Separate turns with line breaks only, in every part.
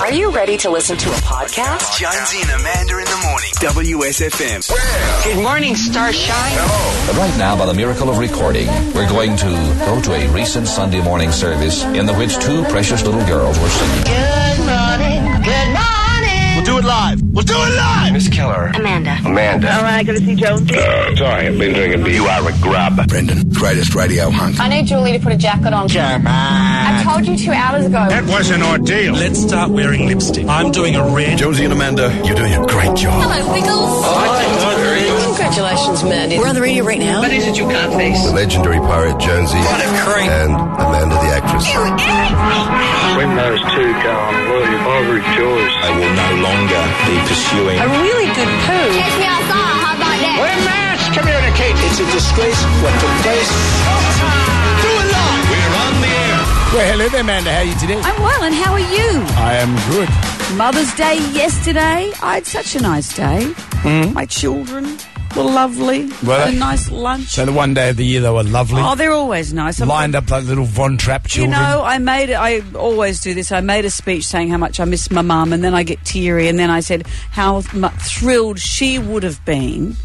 Are you ready to listen to a podcast?
Jonesy and Amanda in the morning. WSFM.
Good morning, Starshine.
Right now, by the miracle of recording, we're going to go to a recent Sunday morning service in the which two precious little girls were singing.
Good morning. Good morning.
We'll do it live. We'll do it live.
Miss Keller.
Amanda.
Amanda. Uh,
All right, go to see Jonesy.
sorry, I've been drinking beer. You are a grub.
Brendan, greatest radio hunk.
I need Julie to put a jacket on. I told you two hours ago.
was an ordeal.
Let's start wearing lipstick. I'm doing a red.
Jonesy and Amanda, you're doing a great job.
Hello, Wiggles.
Congratulations, Mandy. We're on the radio right now.
What is it you can't face?
Oh.
The legendary pirate Jonesy
What a creep.
and Amanda the actress.
When those two go on, will you rejoice? I will no longer be pursuing.
A really good poo.
Catch me outside. How about that?
mass communicate. It's a disgrace what took place. Do it live. We're on the air.
Well, hello there, Amanda. How are you today?
I'm well, and how are you?
I am good.
Mother's Day yesterday. I had such a nice day. My children were lovely.
Hmm? Were
had a
they?
nice lunch.
So the one day of the year they were lovely.
oh, they're always nice. I'm-
lined up like little Von Trapp
You
children.
know, I made I always do this. I made a speech saying how much I miss my mum, and then I get teary, and then I said how mu thrilled she would have been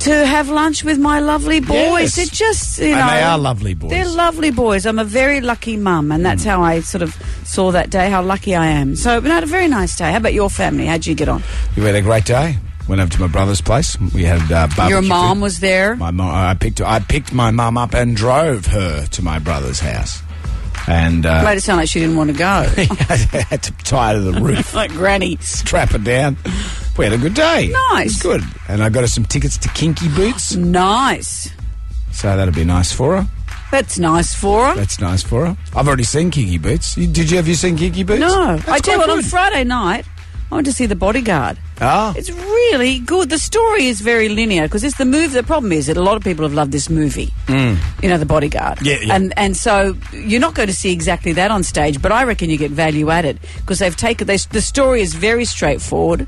to have lunch with my lovely
Yes.
boys. They're just you
And
know,
they are lovely boys. Mm.
They're lovely boys. I'm a very lucky mum, and that's how I sort of saw that day how lucky I am. So, but I had a very nice day. How about your family? How'd you get on?
we had a great day. Went over to my brother's place. We had uh, barbecue.
your mom
food.
was there.
My mom. I picked. I picked my mum up and drove her to my brother's house. And uh,
Made it sound like she didn't want to go.
I had to tie her to the roof,
like Granny.
strap her down. We had a good day. It was
Nice.
good. And I got her some tickets to Kinky Boots,
Nice.
so that'll be nice for her.
That's nice for her.
That's nice for her. I've already seen Kinky Boots. You- Did you have you seen Kinky Boots?
No,
That's
I tell you
quite
what. On
good.
Friday night, I went to see The Bodyguard.
Ah.
It's really good. The story is very linear because it's the movie. The problem is that a lot of people have loved this movie. Mm. You know, The Bodyguard.
Yeah, yeah.
And and so you're not going to see exactly that on stage, but I reckon you get value added because they've taken they, the story is very straightforward.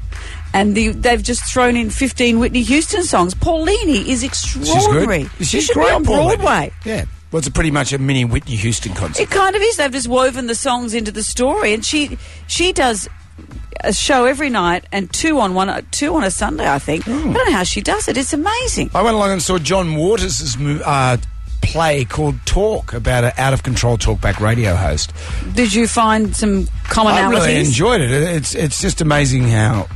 And the, they've just thrown in 15 Whitney Houston songs. Paulini is
She's
extraordinary.
good.
she should be
great,
on
Paul,
Broadway.
maybe. Yeah. Well, it's pretty much a mini Whitney Houston concert.
It kind of is. They've just woven the songs into the story, and she she does a show every night and two on one two on a Sunday. I
Hmm.
think I don't know how she does it. It's amazing.
I went along and saw John Waters' mo- uh, play called Talk about an out of control talkback radio host.
Did you find some
I
commonalities?
really enjoyed it. It- It's it's just amazing how.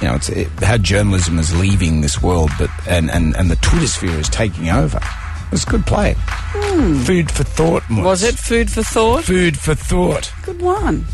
You know, it's it, how journalism is leaving this world, but and, and, and the Twitter sphere is taking over. It's a good play. Food for thought.
Hmm. Was it food for thought?
Food for thought.
Good one.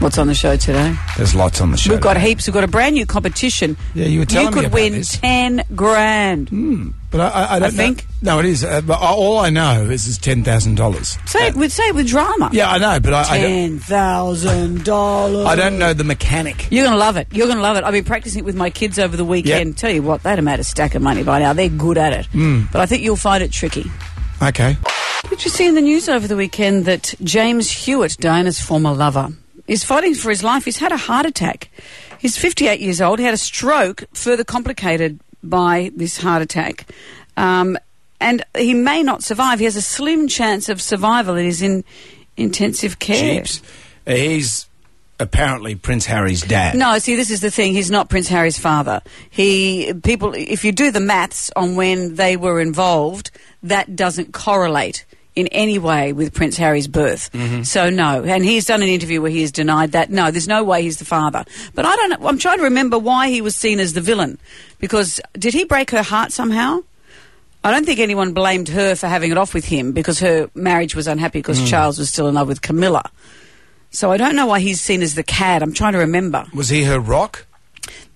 What's on the show today?
There's lots on the show.
We've got
today.
heaps. We've got a brand new competition.
Yeah, you were telling me
could
about
win
this. Hmm.
ten grand.
But I, I, I don't know-
think.
No, it is. Uh, but all I know is it's ten thousand dollars.
Say it. We'd say it with drama.
Yeah, I know, but I, I, don't,
Ten thousand dollars.
I don't know the mechanic.
You're going to love it. You're going to love it. I've been practicing it with my kids over the weekend.
Yeah.
Tell you what, they'd have made a stack of money by now. They're good at it. Mm. But I think you'll find it tricky.
Okay.
Did you see in the news over the weekend that James Hewitt, Diana's former lover, is fighting for his life? He's had a heart attack. He's 58 years old. He had a stroke, further complicated by this heart attack. Um, and he may not survive. He has a slim chance of survival. It is in intensive care.
Jeeps. Uh, He's apparently Prince Harry's dad.
No, see, this is the thing. He's not Prince Harry's father. He people. If you do the maths on when they were involved, that doesn't correlate in any way with Prince Harry's birth. So no, and he's done an interview where he has denied that. No, there's no way he's the father. But I don't. know- I'm trying to remember why he was seen as the villain. Because did he break her heart somehow? I don't think anyone blamed her for having it off with him because her marriage was unhappy because Charles was still in love with Camilla. So I don't know why he's seen as the cad. I'm trying to remember.
Was he her rock?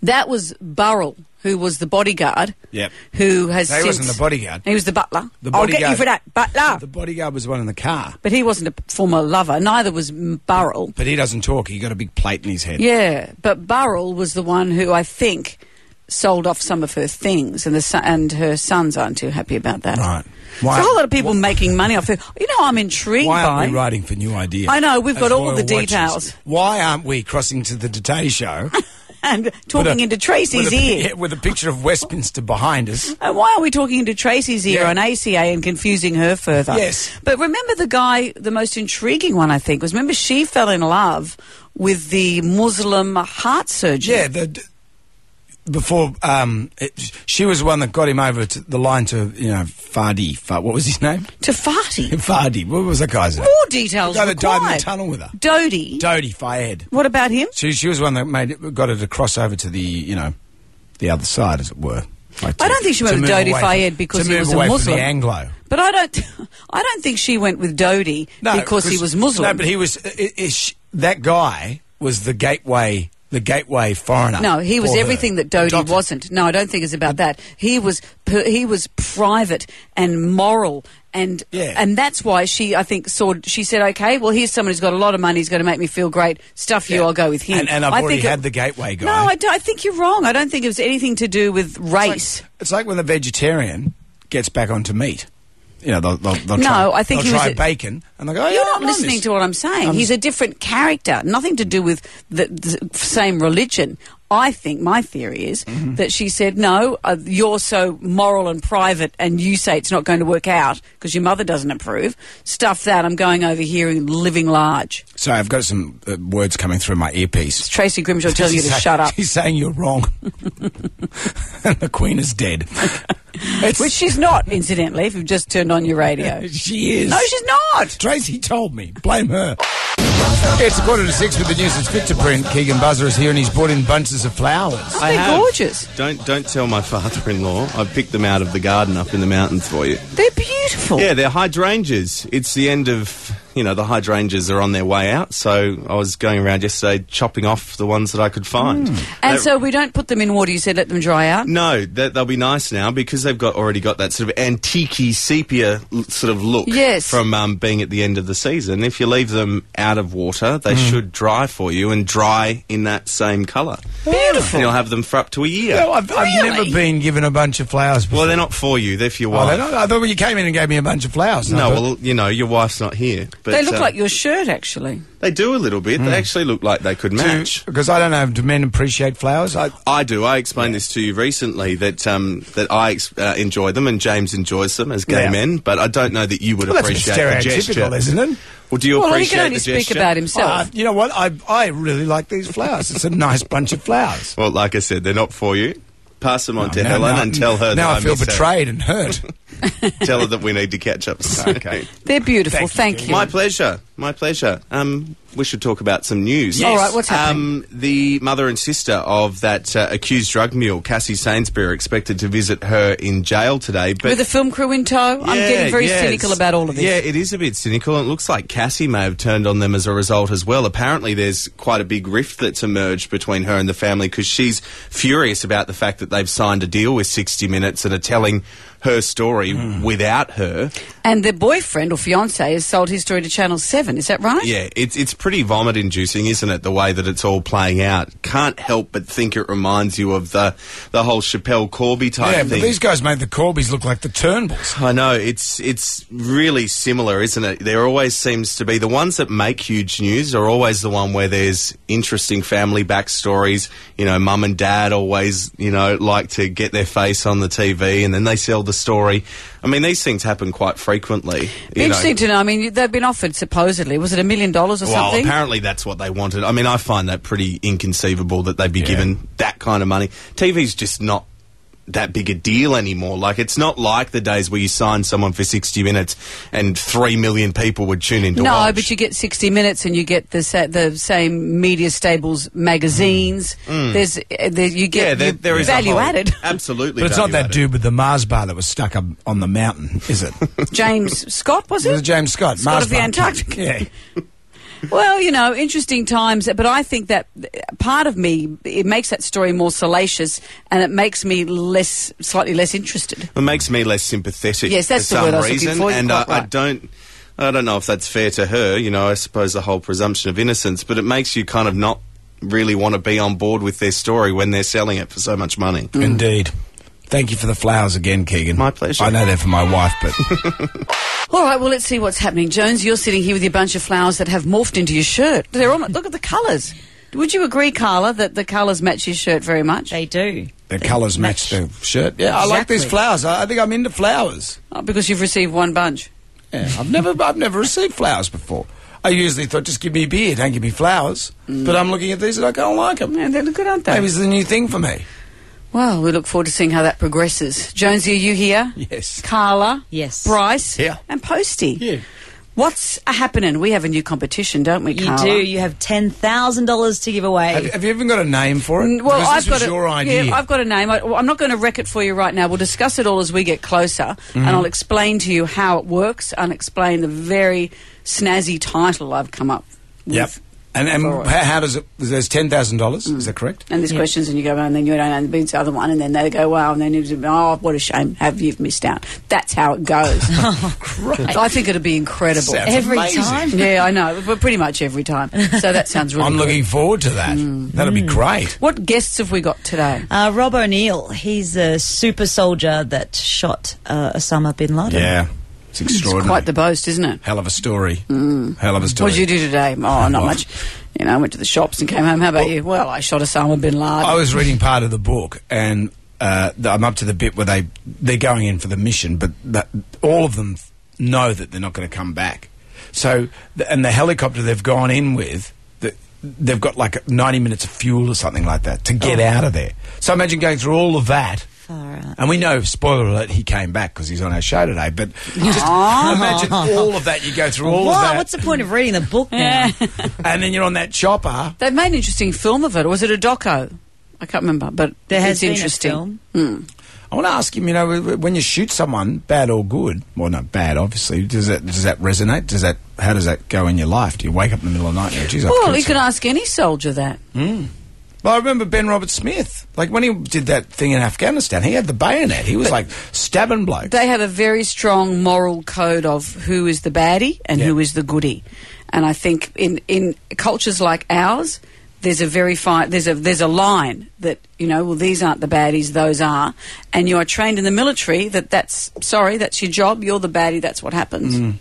That was Burrell who was the bodyguard,
Yep.
who has
No, he
since-
wasn't the bodyguard.
He was the butler.
The
I'll get you
bodyguard-
for that, butler.
The bodyguard was the one in the car,
But he wasn't a former lover. Neither was M- Burrell.
but he doesn't talk. He got a big plate in his head.
Yeah, but Burrell was the one who I think sold off some of her things, and the son, and her sons aren't too happy about that.
Right.
There's a whole lot of people making money off it. You know, I'm intrigued
Why
by.
aren't we writing for new ideas?
I know, we've
As
got all
royal
the
watches.
details.
Why aren't we crossing to the Today Show?
and
with
talking
a-
into Tracy's
with a,
ear.
yeah, with a picture of Westminster behind us.
And Uh, why are we talking into Tracy's ear
Yeah.
on ACA and confusing her further?
Yes.
But remember the guy, the most intriguing one, I think, was remember she fell in love with the Muslim heart surgeon.
Yeah, the, before um, it, she was the one that got him over to the line to you know Fadi. Fa- what was his name?
To Fadi.
Fadi. What was that guy's name?
More details.
The guy that died in the
required.
tunnel with her.
Dodie.
Dodie Fayed.
What about him?
She she was the one that made it, got her to cross over to the you know the other side, as it were. Like
I don't think she went
to
with
move
Dodi
away
Fayed
from-
because
to
he
move
was a
away from
Muslim.
the Anglo.
But I don't, I don't think she went with Dodie because he was Muslim.
No, but he was i- i- sh- that guy was the gateway, the gateway foreigner.
No, he was
for her.
everything that Dodie wasn't. No, I don't think it's about that. He was per, he was private and moral and and that's why she I think saw she said okay, well here's someone who's got a lot of money, he's going to make me feel great. Stuff you, I'll go with him.
And, and I've
I
already
think it-
had the gateway guy.
No, I, do- I think you're wrong. I don't think it was anything to do with race.
It's like when the vegetarian gets back onto meat. You know, they'll, they'll, they'll
No,
try,
I think
they'll
he was
try
a-
bacon, and they go, oh, yeah,
You're
I
not
don't mind
listening
this.
to what I'm saying.
Um,
I'm-
He's a different character. Nothing to do with the, the same religion. I think my theory is
Mm-hmm.
that she said, "No, uh, you're so moral and private, and you say it's not going to work out because your mother doesn't approve. Stuff that. I'm going over here and living large."
So I've got some uh, words coming through my earpiece.
Tracy Grimshaw telling you to
She's saying-
shut up,
She's saying you're wrong. and the Queen is dead.
which she's not, incidentally. If you've just turned on your radio,
She is.
No, she's not.
Tracy told me. Blame her. It's a quarter to six with the news. It's fit to print. Keegan Buzzer is here and he's brought in bunches of flowers.
I have.
gorgeous.
Don't don't tell my father-in-law. I picked them out of the garden up in the mountains for you.
They're beautiful.
Yeah, they're hydrangeas. It's the end of you know the hydrangeas are on their way out. So I was going around yesterday chopping off the ones that I could find.
and
That-
so we don't put them in water. You said let them dry out.
no, that they'll be nice now because they've got already got that sort of antique sepia l- sort of look
Yes.
from um, being at the end of the season. If you leave them out of water, they
Hmm.
should dry for you and dry in that same colour.
Beautiful.
And you'll have them for up to a year.
Oh,
No, I've, I've never been given a bunch of flowers before.
Well, they're not for you. They're for your
Oh, they
wife.
don't- I thought when you came in and gave me a bunch of flowers. and I
no,
thought-
well, you know, your wife's not here. But,
they look
uh,
like your Hmm. shirt, actually.
They do a little bit. They actually look like they could match.
Because I don't know, do men appreciate flowers? I,
I do. I explained this to you recently that um, that I ex- uh, enjoy them and James enjoys them as gay
Yeah.
men, but I don't know that you would
well, that's a bit
appreciate the gesture.
stereotypical, isn't it?
Well, do you
Well, he
appreciate
can only
the
speak
gesture?
about himself.
Uh, you know what? I, I really like these flowers. It's a nice bunch of flowers.
Well, like I said, they're not for you. Pass them on to
now-
Helen
now-
and tell her.
now
that
I feel
miss her.
betrayed and hurt.
tell her that we need to catch up. okay.
They're beautiful. Thank, you.
My pleasure. My pleasure. Um, we should talk about some news.
Yes. All right, what's happening?
Um, the mother and sister of that uh, accused drug mule, Cassie Sainsbury, are expected to visit her in jail today. But
With a film crew in tow, I'm
Yeah,
getting very
yeah,
cynical
it's-
about all of this.
Yeah, it is a bit cynical. and It looks like Cassie may have turned on them as a result as well. Apparently, there's quite a big rift that's emerged between her and the family because she's furious about the fact that they've signed a deal with 60 Minutes and are telling her story
Hmm.
without her.
And their boyfriend or fiance has sold his story to Channel 7, is that right?
Yeah, it's it's pretty vomit inducing, isn't it? The way that it's all playing out. Can't help but think it reminds you of the the whole Chappelle Corby type
yeah, but
thing.
these guys made the Corbys look like the Turnbulls.
I know it's it's really similar, isn't it? There always seems to be the ones that make huge news are always the one where there's interesting family backstories. You know, mum and dad always you know like to get their face on the TV, and then they sell the story. I mean, these things happen quite frequently.
Be
you know.
Interesting to know. I mean, they've been offered supposedly. Was it a million dollars or
Well,
something?
apparently that's what they wanted. I mean, I find that pretty inconceivable that they'd be given that kind of money. TV's just not that big a deal anymore. Like, it's not like the days where you sign someone for 60 minutes and 3 million people would tune in to
No,
watch.
but you get 60 Minutes and you get the sa- the same media stables magazines.
Mm.
There's, uh, there, you get
yeah, there, there
you-
is a
value
whole-
added.
Absolutely.
But it's not
value
that
added.
dude with the Mars bar that was stuck up on the mountain, is it?
James Scott, was it?
It was James Scott.
Scott
Mars
of the
bar.
Antarctic.
Yeah.
Well, you know, interesting times, but I think that part of me it makes that story more salacious, and it makes me less, slightly less interested.
It makes me less sympathetic.
Yes, that's
for
the
some
word I was looking
reason,
for. You're
and
quite
I, I
right.
don't. I don't know if that's fair to her. You know, I suppose the whole presumption of innocence, but it makes you kind of not really want to be on board with their story when they're selling it for so much money.
Mm-hmm.
Indeed. Thank you for the flowers again, Keegan. My pleasure. I know they're for my wife, but
All right, well, let's see what's happening, Jones. You're sitting here with your bunch of flowers that have morphed into your shirt. They're almost, look at the colours. Would you agree, Carla, that the colours match your shirt very much? They do.
the colours match the shirt. Yeah, I like these
Exactly.
flowers. I, I think I'm into flowers.
Oh, because you've received one bunch.
Yeah, I've never, I've never received flowers before. I usually thought, just give me beer, don't give me flowers. But I'm looking at these and I don't like them.
Mm. Yeah, they look good, aren't they?
Maybe it's the new thing for me.
Well, we look forward to seeing how that progresses. Jonesy, are you here?
Yes.
Carla? Yes. Bryce? Yeah. And Posty? Yeah. What's a happening? We have a new competition, don't we,
You
Carla?
do. You have ten thousand dollars to give away.
Have, have you even got a name for it?
Mm, Well,
Because
I've
this was
got a,
your idea.
Yeah, I've got a name. I, well, I'm not going to wreck it for you right now. We'll discuss it all as we get closer, and
Mhm.
I'll explain to you how it works and explain the very snazzy title I've come up.
Yep. And, and
All
how,
right.
how does it? There's ten thousand dollars.
Mm.
Is that correct?
And there's questions, and you go, oh, and then you don't, and beats the other one, and then they go, wow, and then you oh, what a shame, have you missed out? That's how it goes. Oh, I think it'd be incredible
Sounds Every amazing. time?
Yeah, I know, but pretty much every time. So that sounds really.
I'm
good. Mm.
looking forward to that. That'll be great.
What guests have we got today?
Uh, Rob O'Neill. He's a super soldier that shot uh, Osama bin Laden.
Yeah, it's extraordinary.
Quite the boast, isn't it?
Hell of a story.
Mm.
Hell of a story.
What did you do today? Oh, not
What?
much. You know, I went to the shops and came home. How about you? Well, I shot Osama bin Laden.
I was reading part of the book, and uh, th- I'm up to the bit where they they're going in for the mission, but that, all of them know that they're not going to come back. So, th- and the helicopter they've gone in with, the, they've got like 90 minutes of fuel or something like that to get
Oh.
out of there. So imagine going through all of that. And we know, spoiler alert, he came back because he's on our show today. But just
Aw.
imagine all of that. You go through all
Why?
of that,
What's the point of reading the book now?
and then you're on that chopper.
They've made an interesting film of it. Or was it a doco? I can't remember, but
There has
it's
been a
interesting.
film.
Mm.
I want to ask him, you know, wh- wh- when you shoot someone, bad or good, well, not bad, obviously, does that does that resonate? Does that how does that go in your life? Do you wake up in the middle of the night? And go, Geez, I've
Well,
killed
you can
someone."
ask any soldier that.
Mm. Well, I remember Ben Robert Smith. Like when he did that thing in Afghanistan, he had the bayonet. He was like stabbing bloke.
They have a very strong moral code of who is the baddie and who is the goodie, and I think in in cultures like ours, there's a very fine there's a there's a line that you know well these aren't the baddies those are, and you are trained in the military that that's sorry that's your job you're the baddie that's what happens.
Mm.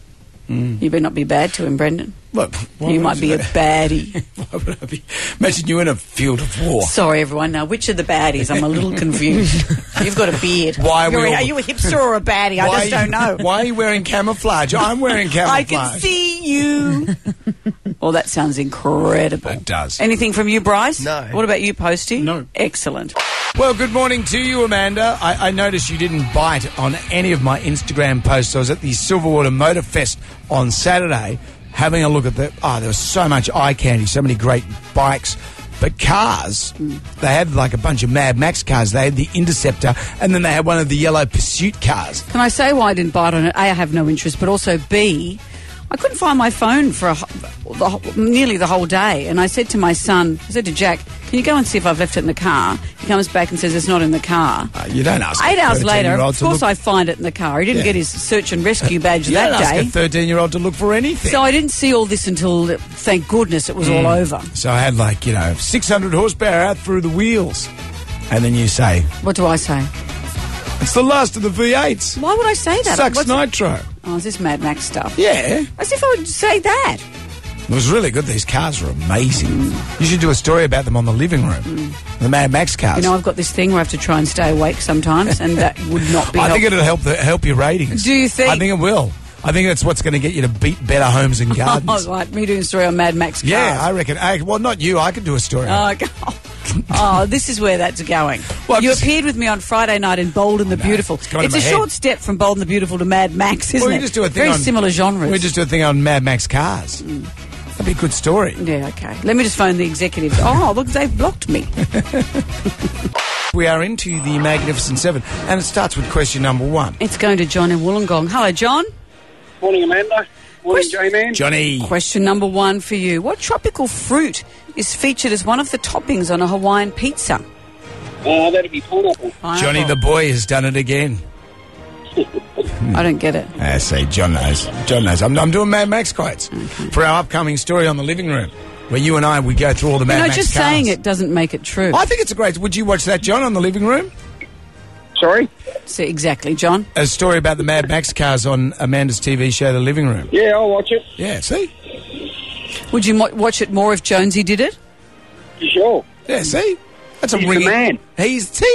You better not be bad to him, Brendan.
Look, why
you
would
might
I
be
do
a baddie.
Why would I be- Imagine you're in a field of war.
Sorry, everyone. Now, which are the baddies? I'm a little confused. You've got a beard.
Why are we
You're a-
all-
are you a hipster or a baddie?
Why
I
are
just
you-
don't know.
Why are you wearing camouflage? I'm wearing camouflage.
I can see you. well, that sounds incredible. It
does.
Anything from you, Bryce? No. What about you, Posty? No. Excellent.
Well, good morning to you, Amanda. I, I noticed you didn't bite on any of my Instagram posts. I was at the Silverwater Motor Fest on Saturday having a look at the. Oh, there was so much eye candy, so many great bikes. But cars, they had like a bunch of Mad Max cars. They had the Interceptor, and then they had one of the yellow Pursuit cars.
Can I say why I didn't bite on it? A, I have no interest, but also B, I couldn't find my phone for a, ho- the, ho- nearly the whole day. And I said to my son, I said to Jack, can you go and see if I've left it in the car? He comes back and says it's not in the car.
Ah, You don't ask. a
Eight hours later,
13-year-old
of
to
course
look-
I find it in the car. He didn't
Yeah.
get his search and rescue badge
You don't
that
ask a
day.
thirteen-year-old to look for anything.
So I didn't see all this until, thank goodness, it was all
Mm.
over.
So I had like you know 600 horsepower out through the wheels, and then you say
What do I say?
it's the last of the V8s.
Why would I say that?
Sucks
What's-
nitro.
Oh, is this Mad Max stuff?
Yeah.
As if I would say that.
It was really good. These cars are amazing. You should do a story about them on the living room. The Mad Max cars.
Mm. You know, I've got this thing where I have to try and stay awake sometimes, and that would not be.
I think
helpful.
it'll help the, help your ratings.
Do you think?
I think it will. I think that's what's going to get you to beat better homes and gardens.
Oh, right, me doing a story on Mad Max cars.
yeah, I reckon. I, well, not you. I could do a story. on it.
Oh, God. oh, this is where that's going. you appeared with me on Friday night in Bold and the Beautiful. It's,
Oh, gone in
a
my head.
short step from Bold and the Beautiful to Mad Max, isn't
Well, we
it?
just do a thing
Very
on-
similar genres. Mm.
We just do a thing on Mad Max cars. That'd be a good story.
Yeah, okay. Let me just phone the executive. Oh, look, they've blocked me.
We are into the Magnificent Seven, and it starts with question number one.
It's going to John in Wollongong. Hello, John.
Morning, Amanda.
Morning,
J-Man.
Johnny.
Question number one for you. What tropical fruit is featured as one of the toppings on a Hawaiian pizza?
Uh, that'd be pineapple.
Johnny the boy has done it again.
I don't get it.
I say John knows. John knows. I'm, I'm doing Mad Max quotes for our upcoming story on the living room, where you and I we go through all the Mad
you know,
Max
just
cars.
saying it doesn't make it true.
I think it's a great. Would you watch that, John, on the living room?
Sorry.
See, exactly, John.
A story about the Mad Max cars on Amanda's TV show, The Living Room.
Yeah, I'll watch it.
Yeah, see?
Would you mo- watch it more if Jonesy did it?
Sure.
Yeah, see? That's a
He's the
ringing.
man.
He's T.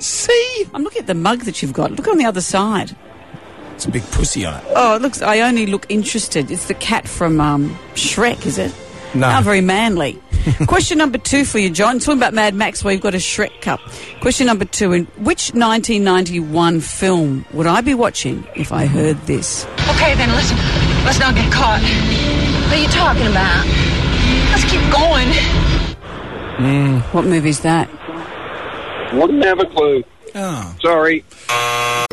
See?
I'm looking at the mug that you've got. Look on the other side.
It's a big pussy on it.
Oh, it looks. I only look interested. It's the cat from um, Shrek, is it?
No.
Not very manly. Question number two for you, John. Talking about Mad Max, where you've got a Shrek cup. Question number two: In which 1991 film would I be watching if I heard this?
Okay, then listen. Let's not get caught. What are you talking about? Let's keep going.
What movie is that?
Wouldn't have a clue.
Oh.
Sorry.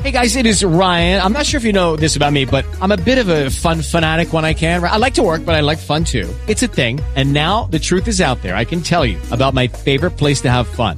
Hey guys, it is Ryan. I'm not sure if you know this about me, but I'm a bit of a fun fanatic when I can. I like to work, but I like fun too. It's a thing. And now the truth is out there. I can tell you about my favorite place to have fun.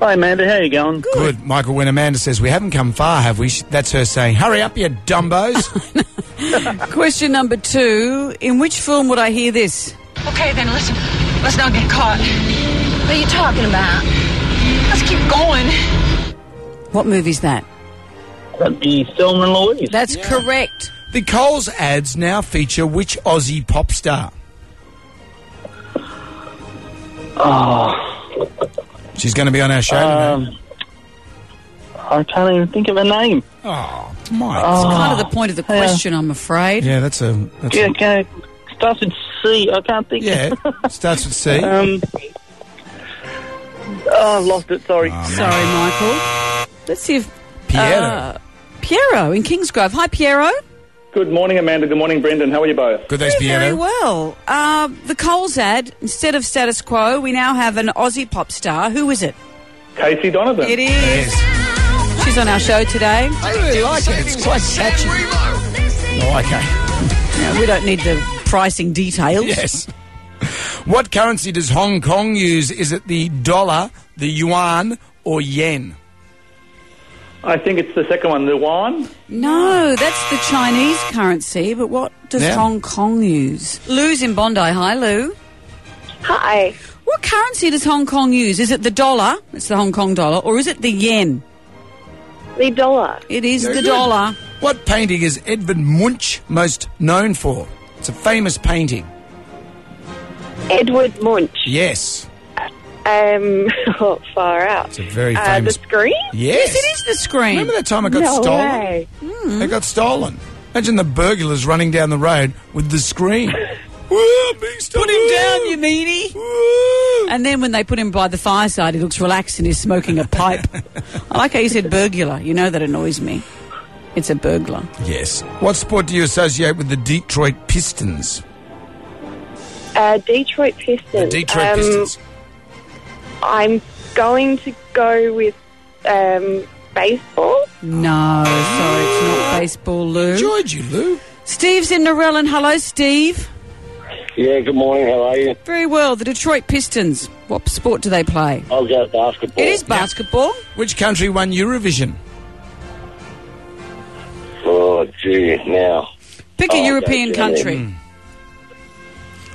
Hi, Amanda. How you going? Good. Michael, when Amanda says, we haven't come far, have we? Sh- That's her saying, hurry up, you dumbos.
Question number two: In which film would I hear this?
Okay, then listen. Let's not get caught. What are you talking about? Let's keep going.
What movie's that?
That'd be Thelma and Louise.
That's correct.
The Coles ads now feature which Aussie pop star?
Oh.
She's going to be on our show
Um, I can't even think of a name.
Oh,
It's kind of the point of the question, I'm afraid.
today. Yeah, that's a. That's
Yeah, okay. Starts with C. I can't think.
Yeah, a starts with C.
Um, oh, I've lost it. Sorry.
Sorry, Michael. Let's see if
Piero.
Uh, Piero in Kingsgrove. Hi, Piero.
Good morning, Amanda. Good morning, Brendan. How are you both?
Good,
Very, very well. Uh, the Coles ad. Instead of status quo, we now have an Aussie pop star. Who is it?
Casey Donovan.
It is. She's on our show today. I really like it. It's quite catchy.
Oh, okay.
we don't need the pricing details.
Yes. What currency does Hong Kong use? Is it the dollar, the yuan, or yen?
I think it's the second one, the one.
No, that's the Chinese currency. But what does
Yeah.
Hong Kong use? Lou's in Bondi. Hi, Lou. Hi. What currency does Hong Kong use? Is it the dollar? It's the Hong Kong dollar, or is it the yen? The dollar. It is
Very
the
good.
dollar.
What painting is Edvard Munch most known for? It's a famous painting.
Edward Munch.
Yes.
Um, oh, far out. It's
a very
uh, the
famous-
screen.
Yes.
it is
the screen.
Remember that time it got
no
stolen?
Way. Hmm.
They got stolen. Imagine the burglars running down the road with the screen. Put
him down, you meanie. And then when they put him by the fireside, he looks relaxed and he's smoking a pipe. I like how you said burglar. You know that annoys me. It's a burglar.
yes. What sport do you associate with the Detroit Pistons?
Uh, Detroit Pistons. Um,
The Uh, Detroit Pistons.
I'm going to go with um, baseball.
No, sorry, it's not baseball, Lou.
Georgie, Lou.
Steve's in Norellan. Hello, Steve.
Yeah, good morning. How are you?
Very well. The Detroit Pistons. What sport do they play?
I'll go basketball.
It is
Oh,
basketball.
Which country won Eurovision?
Oh, gee, now.
Pick a
I'll go
European
Germany.
country.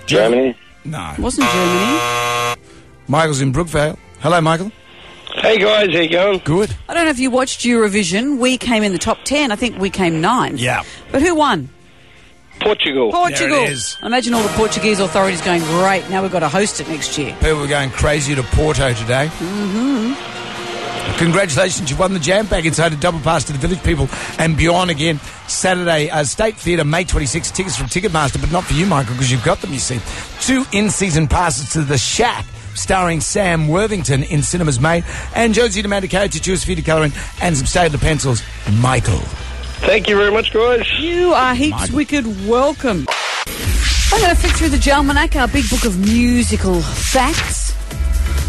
Germany?
No.
Wasn't Germany.
Michael's in Brookvale. Hello, Michael.
Hey, guys, how you going?
Good.
I don't know if you watched Eurovision. We came in the top 10. I think we came ninth.
Yeah.
But who won?
Portugal.
Portugal. I imagine all the Portuguese authorities going, great, now we've got to host it next year.
People were going crazy to Porto today.
hmm
Congratulations, you've won the jam pack inside a double pass to the village people and beyond again. Saturday, uh, State Theatre, May 26. Tickets from Ticketmaster, but not for you, Michael, because you've got them, you see. Two in season passes to the shack starring Sam Worthington in cinemas, mate, and Josie DeMandico to choose for you to colour in, and some State of the Pencils, Michael.
Thank you very much, guys.
You are heaps wicked welcome. I'm going to flick through the Jalmanac, our big book of musical facts.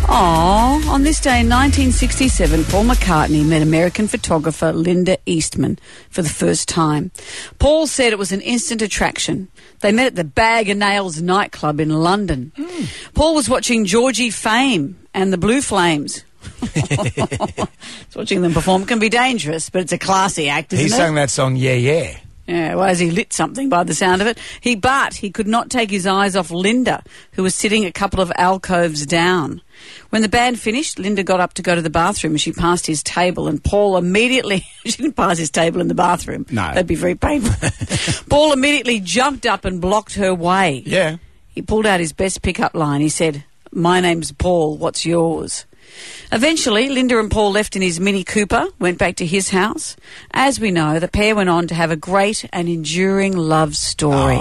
Aww, on this day in 1967, Paul McCartney met American photographer Linda Eastman for the first time. Paul said it was an instant attraction. They met at the Bag of Nails nightclub in London.
Hmm.
Paul was watching Georgie Fame and the Blue Flames. It's watching them perform can be dangerous, but it's a classy act, isn't
He
it?
sang that song, Yeah, Yeah.
Yeah, well, as he lit something by the sound of it, he but he could not take his eyes off Linda, who was sitting a couple of alcoves down. When the band finished, Linda got up to go to the bathroom and she passed his table, and Paul immediately she didn't pass his table in the bathroom. No, that'd be very painful. Paul immediately jumped up and blocked her way.
Yeah,
he pulled out his best pickup line. He said, "My name's Paul. What's yours?" Eventually, Linda and Paul left in his Mini Cooper, went back to his house. As we know, the pair went on to have a great and enduring love story.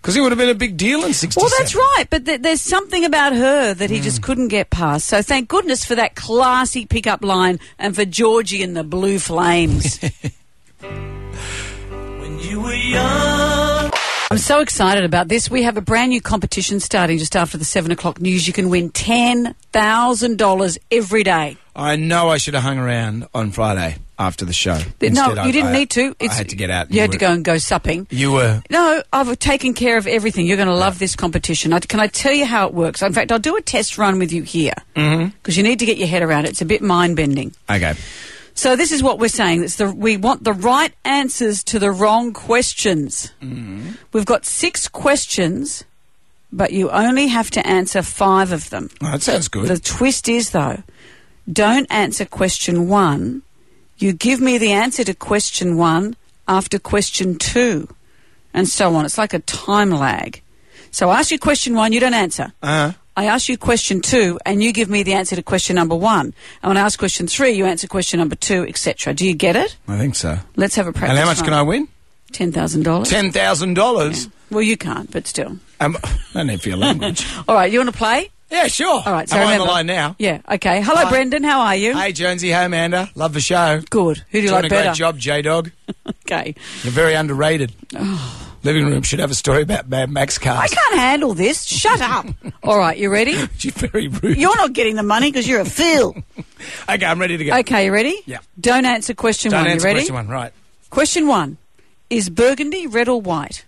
Because he Ah. would have been a big deal in 67.
Well, that's right, but th- there's something about her that he just couldn't get past. So thank goodness for that classy pickup line and for Georgie and the Blue Flames. I'm so excited about this. We have a brand new competition starting just after the 7 o'clock news. You can win $10,000 every day.
I know I should have hung around on Friday after the show.
But no,
Instead, I-
you didn't
I-
need to.
I had to get out. and
You, had to
were-
go and go supping.
You were.
No, I've taken care of everything. You're going to love this competition. I, can I tell you how it works? In fact, I'll do a test run with you here
Mm-hmm.
because you need to get your head around it. It's a bit mind bending.
Okay.
So this is what we're saying. It's the, we want the right answers to the wrong questions.
Mm-hmm.
We've got six questions, but you only have to answer five of them.
Oh, that sounds good.
The twist is, though, don't answer question one. You give me the answer to question one after question two, and so on. It's like a time lag. So I ask you question one, you don't answer.
Uh-huh.
I ask you question two, and you give me the answer to question number one. And when I ask question three, you answer question number two, etc. Do you get it?
I think so.
Let's have a
and
practice.
how much can I win?
Ten thousand dollars.
Ten thousand dollars.
Well, you can't, but still.
Um, I need for your language.
All right, you want to play?
Yeah, sure.
All right, so
Am I on the
remember,
line now?
Yeah. Okay. Hello,
Hi.
Brendan. How are you?
Hey, Jonesy. Hey, Amanda. Love the show.
Good. Who do you
Doing
like
a
better?
Great job, J Dog.
okay.
You're very underrated. Living room should have a story about Mad Max cars.
Oh. I can't handle this. Shut up. All right, you ready?
She's very rude.
You're not getting the money because you're a fool.
Okay, I'm ready to go.
Okay, you ready?
Yeah.
Don't answer question
Don't
one.
answer
you ready?
question one. Right.
Question one Is burgundy red or white?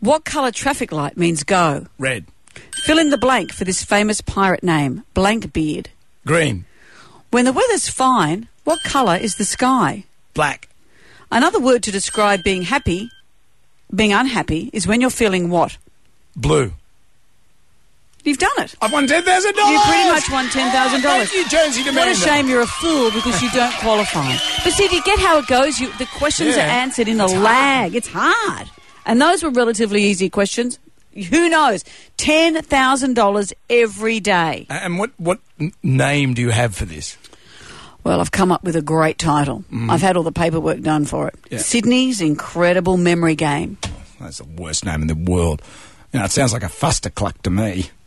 What colour traffic light means go?
Red.
Fill in the blank for this famous pirate name, Blank Beard.
Green.
When the weather's fine, what colour is the sky?
Black.
Another word to describe being happy, being unhappy, is when you're feeling what?
Blue.
You've done it.
I've won ten thousand dollars. Oh,
You pretty much won ten thousand dollars.
Thank you, Jonesy
What a
Demanda.
shame you're a fool because you don't qualify. But see, do you get how it goes? You, the questions
Yeah.
are answered in a lag. It's hard, and those were relatively easy questions. Who knows? Ten thousand dollars every day.
A- And what what n- name do you have for this?
Well, I've come up with a great title.
Mm.
I've had all the paperwork done for it.
Yeah.
Sydney's incredible memory game.
That's the worst name in the world. You know, it sounds like a fuster cluck to me.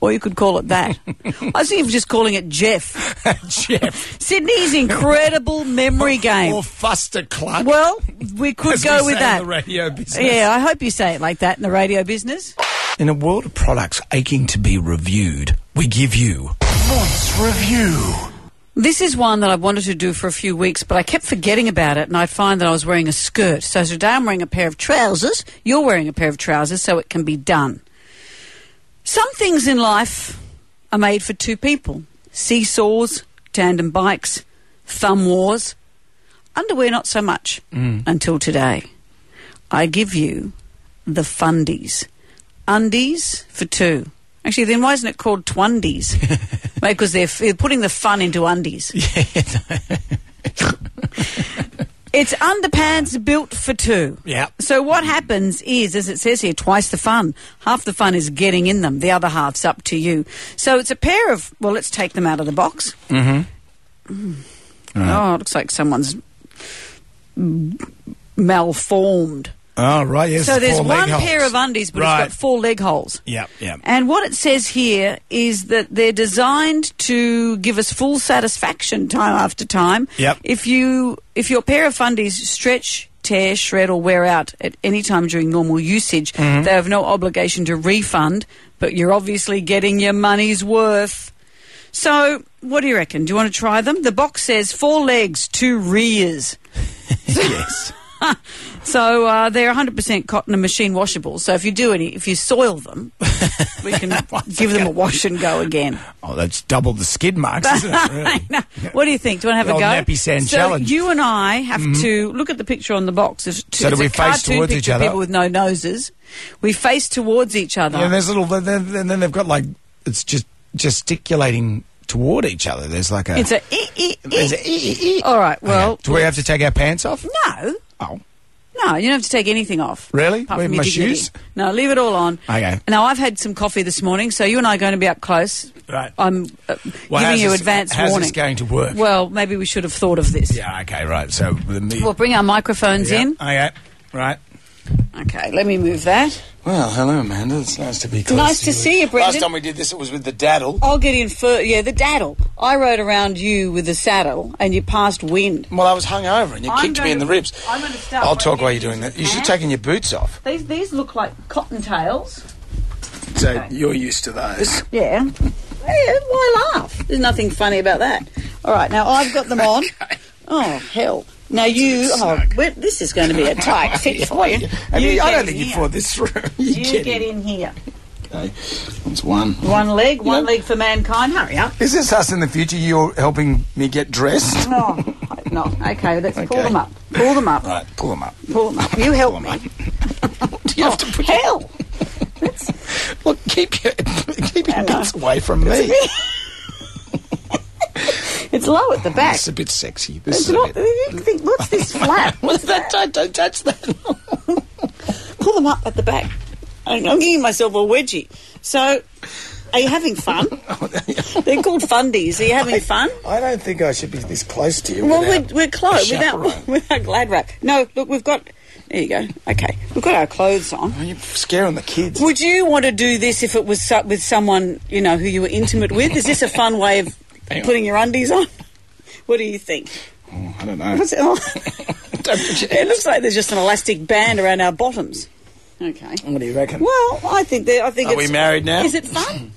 Or you could call it that. I was even just calling it Jeff.
Jeff.
Sydney's incredible memory game.
Or fuster cluck.
Well, we could
as
go
we
with
say
that.
In the radio business.
Yeah, I hope you say it like that in the radio business.
In a world of products aching to be reviewed, we give you What's Review.
This is one that I wanted to do for a few weeks, but I kept forgetting about it, and I'd find that I was wearing a skirt. So today I'm wearing a pair of trousers. You're wearing a pair of trousers, so it can be done. Some things in life are made for two people seesaws, tandem bikes, thumb wars, underwear, not so much
Mm.
until today. I give you the fundies. Undies for two. Actually, then why isn't it called twundies? Because they're, f- they're putting the fun into undies. it's underpants built for two.
Yeah.
So what happens is, as it says here, twice the fun. Half the fun is getting in them. The other half's up to you. So it's a pair of. Well, let's take them out of the box.
Mm-hmm.
Oh, it looks like someone's mm, malformed.
Oh, right. Yes.
so there's
four
one
leg holes.
pair of undies, but
Right.
it's got four leg holes.
Yeah, yeah.
And what it says here is that they're designed to give us full satisfaction time after time.
Yep.
If you if your pair of fundies stretch, tear, shred, or wear out at any time during normal usage,
Mhm.
they have no obligation to refund. But you're obviously getting your money's worth. So, what do you reckon? Do you want to try them? The box says four legs, two rears.
yes.
So uh, they're 100% cotton and machine washable. So if you do any, if you soil them, we can give them a wash and go again.
Oh, that's double the skid marks, isn't it? Really?
No. What do you think? Do you want
The
to
old
have a go?
nappy sand
so
challenge.
you and I have
Mhm.
to look at the picture on the box. It's two,
So do
it's
we
a
face
cartoon
towards
picture
each
of
other?
People with no noses. We face towards each other.
Yeah, there's little. Then, then, then they've got like it's just gesticulating toward each other. There's like a.
it's a. ee, ee,
There's
ee.
a ee, ee, ee.
All right. Well,
Do we have to take our pants off?
no. Oh. No, you don't have to take anything off.
Really?
apart
With
from your
my
dignity.
shoes?
No, leave it all on.
Okay.
Now I've had some coffee this morning, so you and I are going to be up close.
Right.
I'm uh,
Well,
giving
how's
you
this-
advance
how's this
warning.
going to work?
Well, maybe we should have thought of this.
Yeah. Okay. Right. So the me.
We'll bring our microphones
yeah, Uh,
in.
Okay. Right.
Okay, let me move that.
Well, hello, Amanda. It's nice to be
close Nice to to you. see you, Brendan.
Last time we did this, it was with the daddle.
I'll get in first. Yeah, the daddle. I rode around you with the saddle, and you passed wind.
Well, I was hungover, and you
I'm
kicked me
gonna-
in the ribs.
I'm going to start.
I'll
by
talk while
getting
you're doing that. You should
hand.
have taken your boots off.
These these look like cottontails.
So you're used to those.
Yeah. Eh, why laugh? There's nothing funny about that. All right, now I've got them on. Oh hell! Now you. Oh, well, this is going to be a tight fit for you.
And
You
you- I
get
don't
in
think
here.
you'd fought this through.
You,
kidding.
get in here.
Okay. That's one.
One leg, one leg for mankind. Hurry up.
Is this us in the future? You're helping me get dressed?
Oh, hope not. Okay, let's pull
Okay.
them up. Pull them up.
Right, pull them up.
Pull them up. You help me. Oh,
You have to put
hell.
Look, keep your keep your nuts away from me.
It's low at the back.
It's a bit sexy. This
It's
is
not,
a bit.
you think, what's this flap?
What's that? Don't, don't touch that.
Pull them up at the back. I'm I'm giving myself a wedgie. So, are you having fun? They're called fundies. Are you having fun?
Oh, I don't think I should be this close to you.
Well,
without-
we're, we're close
a
without, without glad wrap. No, look, we've got. There you go. Okay, we've got our clothes on.
You're scaring the kids.
Would you want to do this if it was so- with someone you know who you were intimate with? Is this a fun way of
Hang on.
putting your undies on? What do you think?
Oh, I don't know.
What's it? Oh. it looks like there's just an elastic band around our bottoms. Okay.
What do you reckon?
Well, I think that I think
Are
it's,
we married now?
Is it fun?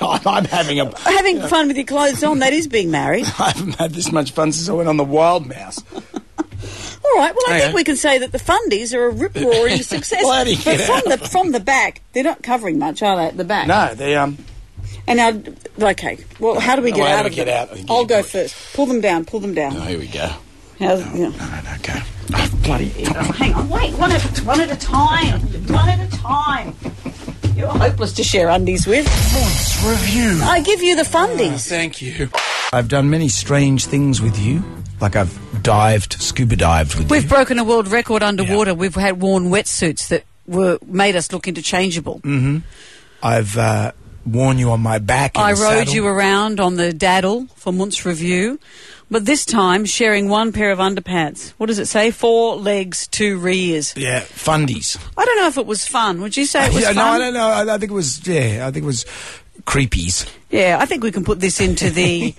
I'm having a.
Having fun with your clothes on, that is being married.
I haven't had this much fun since I went on the Wild Mouse.
All right. Well, I
Okay.
think we can say that the fundies are a rip roaring success.
Oh, Bloody
but
get
from
out.
the from the back, they're not covering much, are they? At the back.
No, they um.
And now, okay. Well, how do we
No,
get
how
out
do
of
we get
them?
out?
I'll go first. Pull them down. Pull them down.
Oh, here we go.
How's, yeah.
Okay. Oh, bloody.
Hang on. Wait. One at one at a time. One at a time. You're hopeless to share undies with.
Sports review.
I give you the fundies.
Thank you. I've done many strange things with you. Like I've dived, scuba dived with
We've broken a world record underwater. We've had worn wetsuits that were made us look interchangeable.
you. Mm-hmm. I've uh, worn you on my back. in
I
the
rode
saddle.
you around on the daddle for Munt's review, but this time sharing one pair of underpants. What does it say? Four legs, two rears.
Yeah, fundies.
I don't know if it was fun. Would you say it was
yeah,
fun?
no, I don't know. I, I think it was. Yeah, I think it was creepies.
Yeah, I think we can put this into the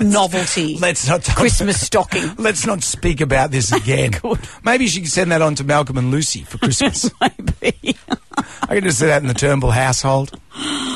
novelty.
Let's not
Christmas stocking.
Let's not speak about this again. Maybe she can send that on to Malcolm and Lucy for Christmas. Maybe. I can just say that in the Turnbull household.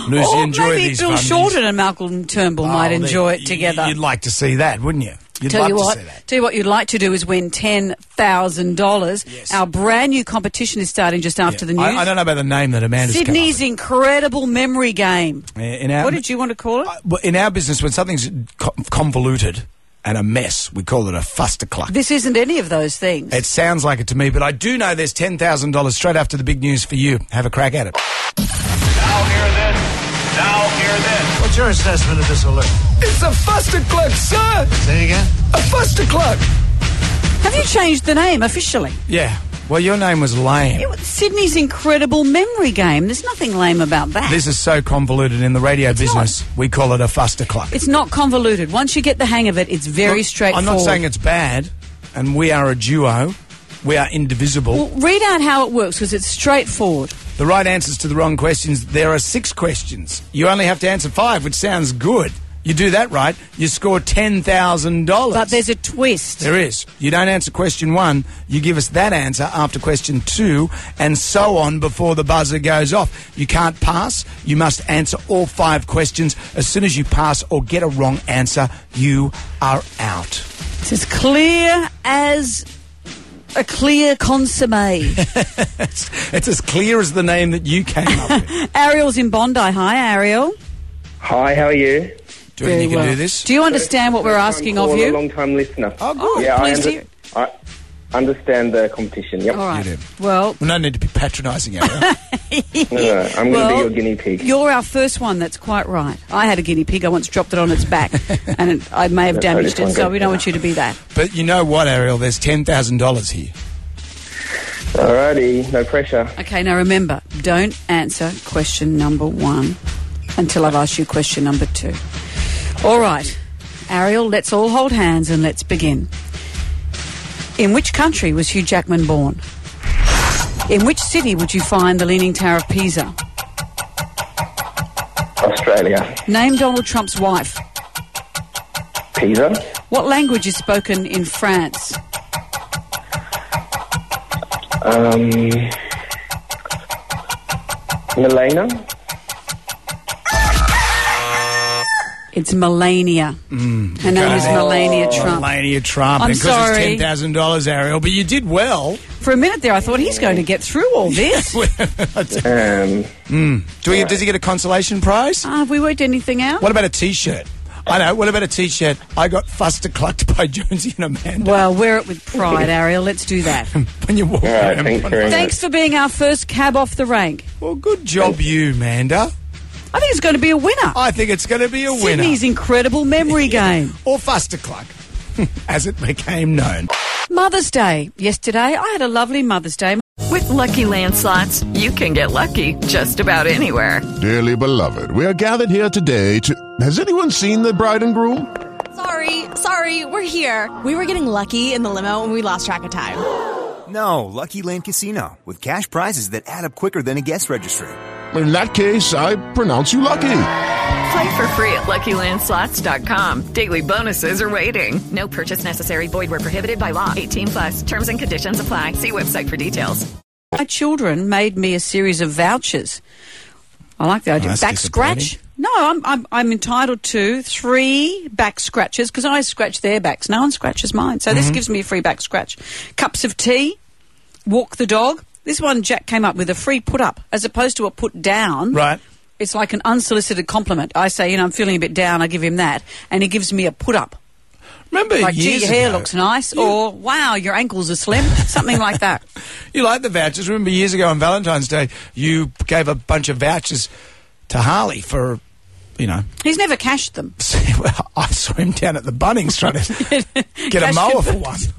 Lucy,
or
enjoy
maybe
these
Bill
fundies.
Shorten and Malcolm Turnbull
Oh,
might
they-
enjoy
you-
it together.
You'd like to see that, wouldn't you? You'd
tell
love
you
to
what,
see that.
tell you what you'd like to do is win ten thousand dollars. Our brand new competition is starting just after the news.
I, I don't know about the name that Amanda's come up
Sydney's incredible memory game.
with. In our,
what did you want to call it?
Uh, Well, in our business, when something's co- convoluted and a mess, we call it a fustercluck.
this isn't any of those things.
It sounds like it to me, but I do know there's $10,000 straight after the big news for you. Have a crack at it.
Now hear this. Now hear this.
What's your assessment of this alert?
It's a fustercluck, sir!
Say again?
A fustercluck!
Have you changed the name officially?
Yeah. Well, your name was lame.
Sydney's incredible memory game. There's nothing lame about that.
This is so convoluted in the radio business, we call it a fustercluck.
it's not convoluted. Once you get the hang of it, it's very
Look,
straightforward.
I'm not saying it's bad, and we are a duo, We are indivisible.
Read out how it works because it's straightforward.
The right answers to the wrong questions. There are six questions. You only have to answer five, which sounds good. You do that right, you score ten thousand dollars. But
there's a twist.
There is. You don't answer question one. You give us that answer after question two, and so on before the buzzer goes off. You can't pass. You must answer all five questions. As soon as you pass or get a wrong answer, you are out.
It's as clear as a clear consomme.
It's as clear as the name that you came up with.
Ariel's in Bondi. Hi, Ariel.
Hi, how are you? Do you
Very
think you can
well.
do this?
Do you understand what we're asking of
I'm a
you?
long time listener.
Oh, good.
Yeah,
Please
I,
do.
I understand the competition. Yep.
All right. Well,
no need to be patronising Ariel.
no, no, I'm going to
Well,
be your guinea pig.
You're our first one that's quite right. I had a guinea pig. I once dropped it on its back, and it, I may have
That's how
damaged
this
it.
one
So
goes.
we don't want you to be that.
but you know what, Ariel? There's ten thousand dollars here.
Alrighty, no pressure.
Okay. Now remember, don't answer question number one until I've asked you question number two. All right, Ariel. Let's all hold hands and let's begin. In which country was Hugh Jackman born? In which city would you find the Leaning Tower of Pisa?
Australia,
Name Donald Trump's wife.
Pisa,
What language is spoken in France?
um, Milena.
It's Melania.
Mm.
Her name is Melania Trump.
Oh, Melania Trump.
I'm
and 'cause
sorry.
it's ten thousand dollars, Ariel. But you did well.
For a minute there, I thought he's going to get through all this.
Um,
Do we, Does he get a consolation prize?
Ah, have we worked anything out?
What about a T-shirt? I know. What about a T-shirt? I got fussed and clucked by Jonesy and Amanda.
Well, wear it with pride, Ariel. Let's do that.
when you walk
Alright,
around.
thanks very
Thanks for being our first cab off the rank.
Well, good job, you, Amanda.
I think it's going to be a winner.
I think it's going to be a winner.
Sydney's incredible memory game.
Or fussed and clucked, as it became known.
Mother's Day. Yesterday, I had a lovely Mother's Day.
With Lucky Land slots, you can get lucky just about anywhere.
Dearly beloved, we are gathered here today to. Has anyone seen the bride and groom?
Sorry, sorry, we're here. We were getting lucky in the limo and we lost track of time.
No, Lucky Land Casino, with cash prizes that add up quicker than a guest registry.
In that case, I pronounce you lucky.
Play for free at LuckyLandSlots.com. Daily bonuses are waiting. No purchase necessary. Void where prohibited by law. 18 plus. Terms and conditions apply. See website for details.
My children made me a series of vouchers. I like
Oh,
the idea.
that's
back
disappointing.
scratch? No, I'm, I'm, I'm entitled to three back scratches because I scratch their backs. No one scratches mine. So this
Mm-hmm.
Mhm.
gives me a free back scratch. Cups of tea, walk the dog. This one Jack came up with a free put up as opposed to a put down.
Right.
It's like an unsolicited compliment. I say, you know, I'm feeling a bit down. I give him that. And he gives me a put up.
Remember
like, gee,
years
your hair
ago-
looks nice, or wow, your ankles are slim, something like that.
You like the vouchers. Remember years ago on Valentine's Day, you gave a bunch of vouchers to Harley for, you know,
He's never cashed them.
well, I saw him down at the Bunnings trying to get a
Cash
mower for
converters.
one.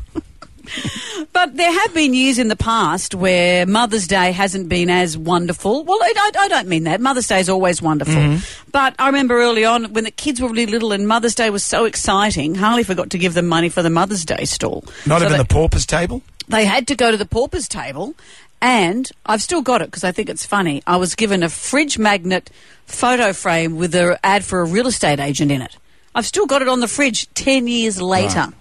But there have been years in the past where Mother's Day hasn't been as wonderful. Well, I, I, I don't mean that. Mother's Day is always wonderful.
Mm-hmm.
But I remember early on when the kids were really little and Mother's Day was so exciting, Harley forgot to give them money for the Mother's Day stall.
Not
So
even
they,
the pauper's table.
they had to go to the pauper's table. And I've still got it because I think it's funny. I was given a fridge magnet photo frame with an ad for a real estate agent in it. I've still got it on the fridge 10 years later.
Right.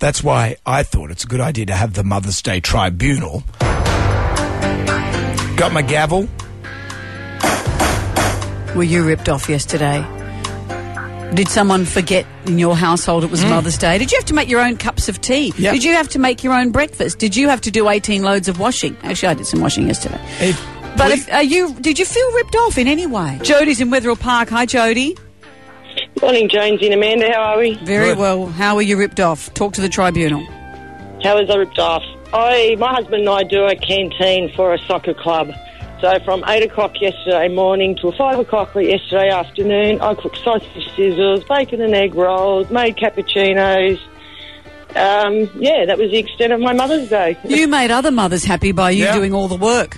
That's why I thought it's a good idea to have the Mother's Day tribunal. Got my gavel.
Were you ripped off yesterday? Did someone forget in your household it was Mother's Day? Did you have to make your own cups of tea?
Yeah.
Did you have to make your own breakfast? Did you have to do 18 loads of washing? Actually, I did some washing yesterday.
If
But if, are you did you feel ripped off in any way? Jody's in Wetherill Park. Hi, Jody.
Morning, Jonesy and Amanda. How are we?
Very well. How were you ripped off? Talk to the tribunal.
How was I ripped off? I, my husband and I do a canteen for a soccer club. So from eight o'clock yesterday morning till five o'clock yesterday afternoon, I cooked sausage sizzles, bacon and egg rolls, made cappuccinos. Um, yeah, that was the extent of my Mother's Day.
You made other mothers happy by you
Yeah.
doing all the work.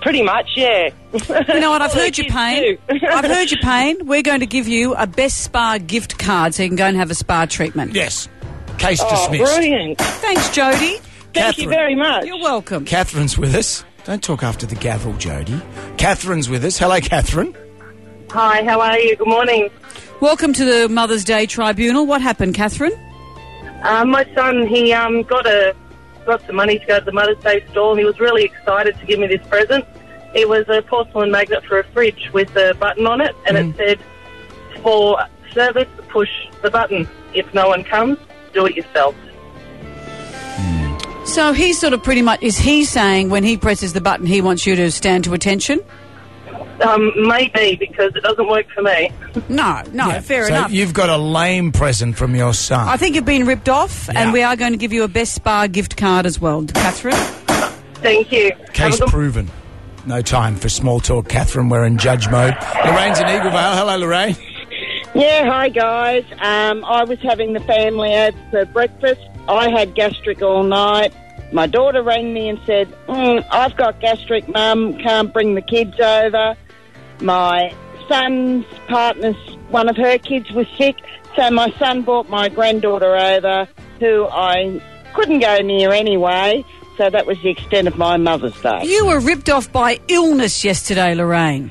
Pretty much, yeah.
You know what? I've heard your pain. I've heard your pain. We're going to give you a best spa gift card so you can go and have a spa treatment.
Yes. Case
Oh,
dismissed.
brilliant.
Thanks, Jody.
Thank you
Catherine.
very much.
You're welcome.
Catherine's with us. Don't talk after the gavel, Jody. Catherine's with us. Hello, Catherine.
Hi, how are you? Good morning.
Welcome to the Mother's Day Tribunal. What happened, Catherine?
Uh, my son, he um, got a got some money to go to the Mother's Day stall, and he was really excited to give me this present. It was a porcelain magnet for a fridge with a button on it, and
Mm.
it said, "For service, push the button. If no one comes, do it yourself."
So he sort of pretty much is he saying when he presses the button he wants you to stand to attention?
Um, maybe because it doesn't work for me.
No, no,
Yeah.
fair
so
enough.
You've got a lame present from your son.
I think you've been ripped off,
Yeah.
and we are going to give you a Best Spa gift card as well, Catherine.
Thank you.
Case proven. No time for small talk, Catherine. We're in judge mode. Lorraine's in Eagle Vale. Hello, Lorraine.
Yeah, hi guys. Um, I was having the family out for breakfast. I had gastric all night. My daughter rang me and said, mm, I've got gastric, mum, can't bring the kids over. My son's partner's, one of her kids was sick, so my son brought my granddaughter over, who I couldn't go near anyway, so that was the extent of my Mother's Day.
You were ripped off by illness yesterday, Lorraine.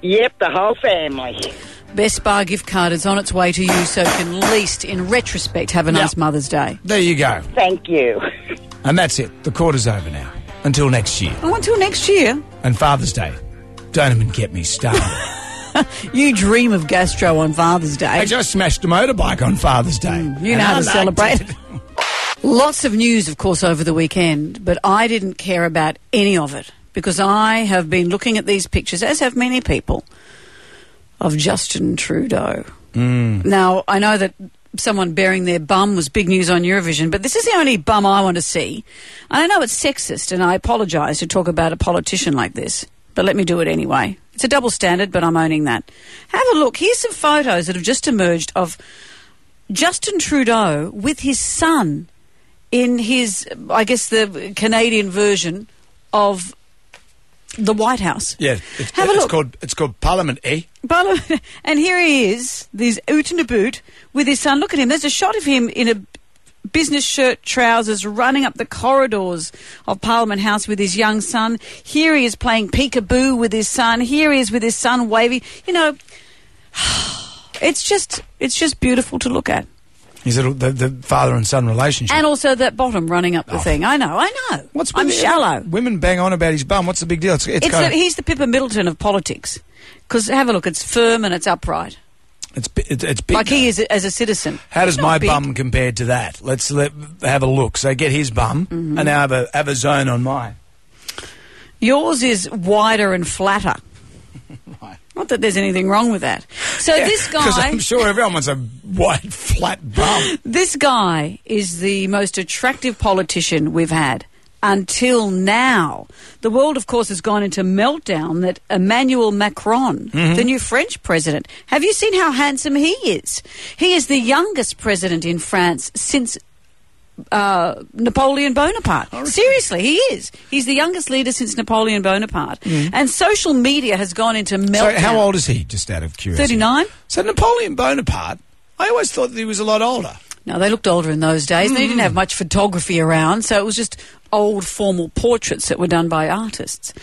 Yep, the whole family.
Best Spa gift card is on its way to you, so you can at least, in retrospect, have a nice Mother's Day.
There you go.
Thank you.
And that's it. The quarter's over now. Until next year.
Oh, until next year.
And Father's Day. Don't even get me started.
You dream of gastro on Father's Day.
I just smashed a motorbike on Father's Day.
Mm, You know
And
how
I
to
liked
celebrate.
it.
Lots of news, of course, over the weekend, but I didn't care about any of it because I have been looking at these pictures, as have many people, of Justin Trudeau.
Mm.
Now, I know that someone bearing their bum was big news on Eurovision, but this is the only bum I want to see. And I know it's sexist, and I apologise to talk about a politician like this, but let me do it anyway. It's a double standard, but I'm owning that. Have a look. Here's some photos that have just emerged of Justin Trudeau with his son in his, I guess, the Canadian version of the White House.
Yeah, it's,
Have a
it's
look.
called it's called Parliament, eh?
Parliament- And here he is, this oot and a boot with his son. Look at him. There's a shot of him in a business shirt, trousers, running up the corridors of Parliament House with his young son. Here he is playing peekaboo with his son. Here he is with his son waving. You know, it's just it's just beautiful to look at.
His little the, the father and son relationship.
And also that bottom running up the thing. I know, I know. What's I'm
Oh. with it?
shallow.
Women bang on about his bum. What's the big deal? It's, it's,
It's
kind
the, he's the Pippa Middleton of politics. Because have a look, it's firm and it's upright.
it's, bi- it's, it's big.
like he is as a citizen.
How does
He's not
my
big.
bum compare to that? Let's let, have a look. So get his bum
Mm-hmm.
and now have a, have a zone on mine.
Yours is wider and flatter. Not that there's anything wrong with that. So this
Because
guy,
I'm sure everyone wants a wide, flat bum.
this guy is the most attractive politician we've had until now. The world, of course, has gone into meltdown. That Emmanuel Macron,
Mm-hmm.
Mhm.
the new French president, have you seen how handsome he is? He is the youngest president in France since uh, Napoleon Bonaparte.
Oh,
Seriously, he is. He's the youngest leader since Napoleon Bonaparte. And social media has gone into meltdown.
So Mm-hmm. how old is he? Just out of curiosity.
39?
So Napoleon Bonaparte. I always thought that he was a lot older.
No, they looked older in those days. They
Mm-hmm.
didn't have much photography around, so it was just old formal portraits that were done by artists.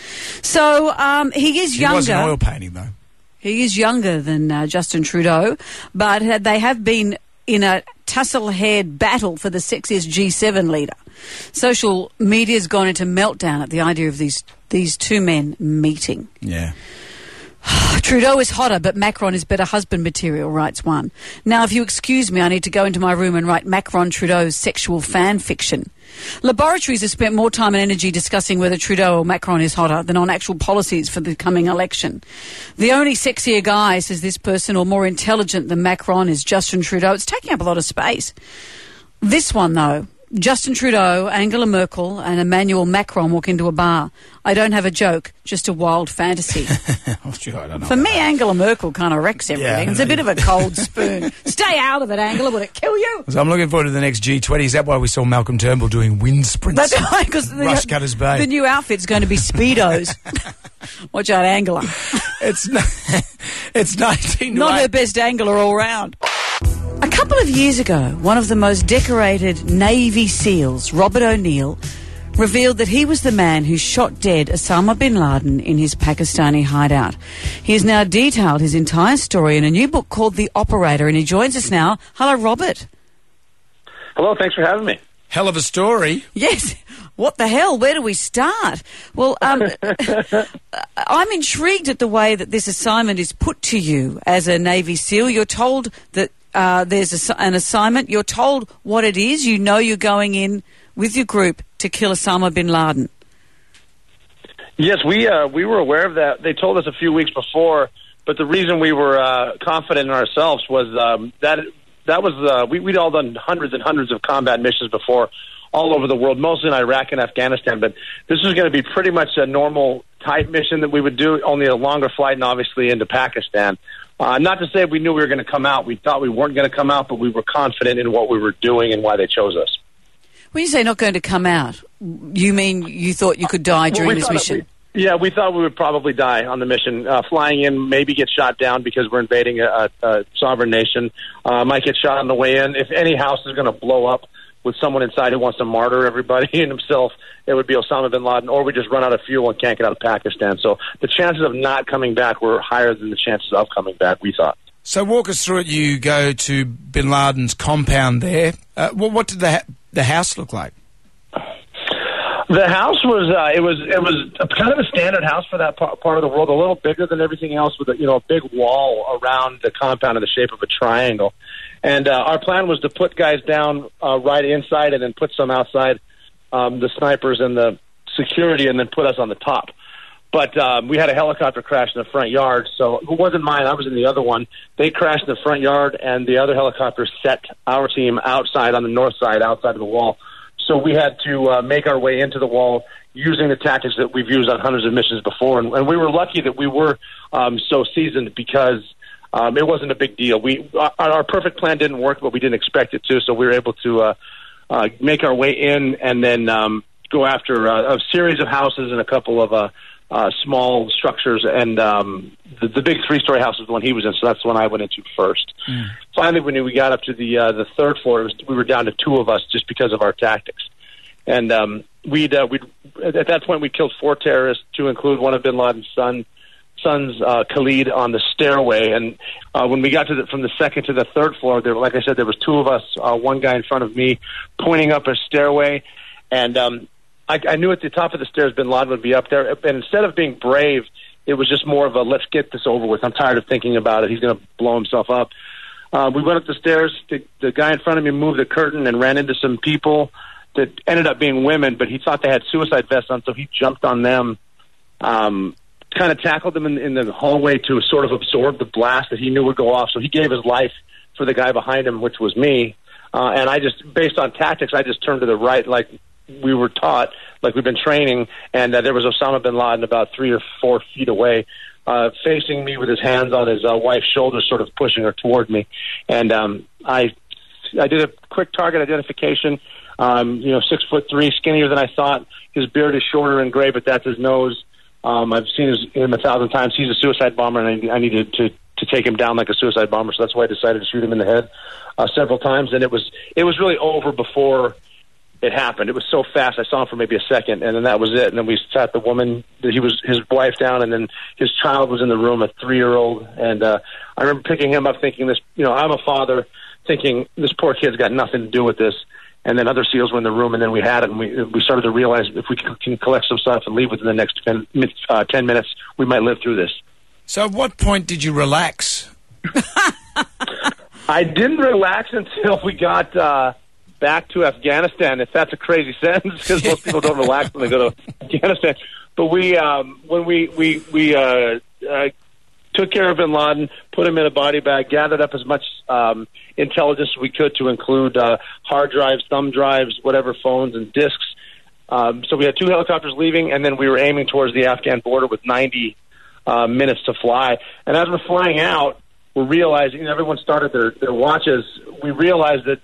So um, he is
He
younger.
was an oil painting though.
He is younger than uh, Justin Trudeau, but uh, they have been in a tussle-haired battle for the sexiest G7 leader. Social media's gone into meltdown at the idea of these these two men meeting.
Yeah.
Trudeau is hotter, but Macron is better husband material, writes one. Now, if you excuse me, I need to go into my room and write Macron Trudeau's sexual fan fiction. Laboratories have spent more time and energy discussing whether Trudeau or Macron is hotter than on actual policies for the coming election. The only sexier guy, says this person, or more intelligent than Macron is Justin Trudeau. It's taking up a lot of space. This one, though. Justin Trudeau, Angela Merkel, and Emmanuel Macron walk into a bar. I don't have a joke, just a wild fantasy.
Oh, sure, I don't know.
For me, Angela Merkel kind of wrecks everything.
I
it's a
know.
bit of a cold spoon. Stay out of it, Angela. Would it kill you?
So I'm looking forward to the next G20. Is that why we saw Malcolm Turnbull doing wind sprints?
That's why, because the,
Rush Cutters Bay.
the new outfit's going to be Speedos. Watch out, Angela.
It's not, it's 19.
Not her best angler all round. A couple of years ago, one of the most decorated Navy SEALs, Robert O'Neill, revealed that he was the man who shot dead Osama bin Laden in his Pakistani hideout. He has now detailed his entire story in a new book called The Operator, and he joins us now. Hello, Robert.
Hello, thanks for having me.
Hell of a story.
Yes. What the hell? Where do we start? Well, um, I'm intrigued at the way that this assignment is put to you as a Navy SEAL. You're told that uh, there's a, an assignment. You're told what it is. You know you're going in with your group to kill Osama bin Laden.
Yes, we uh, we were aware of that. They told us a few weeks before, but the reason we were uh, confident in ourselves was um, that that was uh, we, we'd all done hundreds and hundreds of combat missions before, all over the world, mostly in Iraq and Afghanistan. But this was going to be pretty much a normal type mission that we would do, only a longer flight, and obviously into Pakistan. Uh, not to say we knew we were going to come out. We thought we weren't going to come out, but we were confident in what we were doing and why they chose us.
When you say not going to come out, you mean you thought you could die during
we
this
thought that
mission?
we- yeah, we thought we would probably die on the mission, uh, flying in, maybe get shot down because we're invading a, a, a sovereign nation. Uh, might get shot on the way in. If any house is going to blow up with someone inside who wants to martyr everybody and himself, it would be Osama bin Laden, or we just run out of fuel and can't get out of Pakistan. So the chances of not coming back were higher than the chances of coming back. We thought.
So walk us through it. You go to bin Laden's compound there. Uh, well, what did the, ha- the house look like?
The house was uh, it was it was a, kind of a standard house for that pa- part of the world. A little bigger than everything else, with a, you know a big wall around the compound in the shape of a triangle. And uh, our plan was to put guys down uh, right inside, and then put some outside, um, the snipers and the security, and then put us on the top. But um, we had a helicopter crash in the front yard, so it wasn't mine. I was in the other one. They crashed in the front yard, and the other helicopter set our team outside on the north side, outside of the wall. So we had to uh, make our way into the wall using the tactics that we've used on hundreds of missions before. And, and we were lucky that we were um, so seasoned because um, it wasn't a big deal. We our, our perfect plan didn't work, but we didn't expect it to. So we were able to uh, uh, make our way in and then um, go after uh, a series of houses and a couple of uh, uh, small structures. And um, the, the big three-story house was the one he was in, so that's the one I went into first finally, when we got up to the uh, the third floor, it was, we were down to two of us just because of our tactics. And um, we'd uh, we'd at that point we killed four terrorists, to include one of Bin Laden's son sons, uh, Khalid, on the stairway. And uh, when we got to the, from the second to the third floor, there like I said, there was two of us, uh, one guy in front of me, pointing up a stairway, and um, I, I knew at the top of the stairs Bin Laden would be up there. And instead of being brave, it was just more of a let's get this over with. I'm tired of thinking about it. He's going to blow himself up. Uh, we went up the stairs. The, the guy in front of me moved the curtain and ran into some people that ended up being women, but he thought they had suicide vests on, so he jumped on them, um, kind of tackled them in, in the hallway to sort of absorb the blast that he knew would go off. So he gave his life for the guy behind him, which was me. Uh, and I just, based on tactics, I just turned to the right like we were taught, like we've been training, and uh, there was Osama bin Laden about three or four feet away, uh, facing me with his hands on his uh, wife's shoulders, sort of pushing her toward me. And um, I, I did a quick target identification. Um, you know, six foot three, skinnier than I thought. His beard is shorter and gray, but that's his nose. Um, I've seen his, him a thousand times. He's a suicide bomber, and I, I needed to to take him down like a suicide bomber. So that's why I decided to shoot him in the head uh, several times. And it was it was really over before it happened. It was so fast. I saw him for maybe a second, and then that was it. And then we sat the woman, he was his wife down, and then his child was in the room, a three year old. And uh, I remember picking him up, thinking this. You know, I'm a father, thinking this poor kid's got nothing to do with this. And then other seals were in the room, and then we had it, and we we started to realize if we can, can collect some stuff and leave within the next ten, min- uh, ten minutes, we might live through this.
So at what point did you relax?
I didn't relax until we got uh, back to Afghanistan. If that's a crazy sentence, because most people don't relax when they go to Afghanistan. But we, um, when we we we uh, uh, took care of Bin Laden, put him in a body bag, gathered up as much um, intelligence as we could to include uh, hard drives, thumb drives, whatever phones and discs. Um, so we had two helicopters leaving, and then we were aiming towards the Afghan border with 90 uh, minutes to fly. And as we're flying out, we're realizing and everyone started their, their watches. We realized that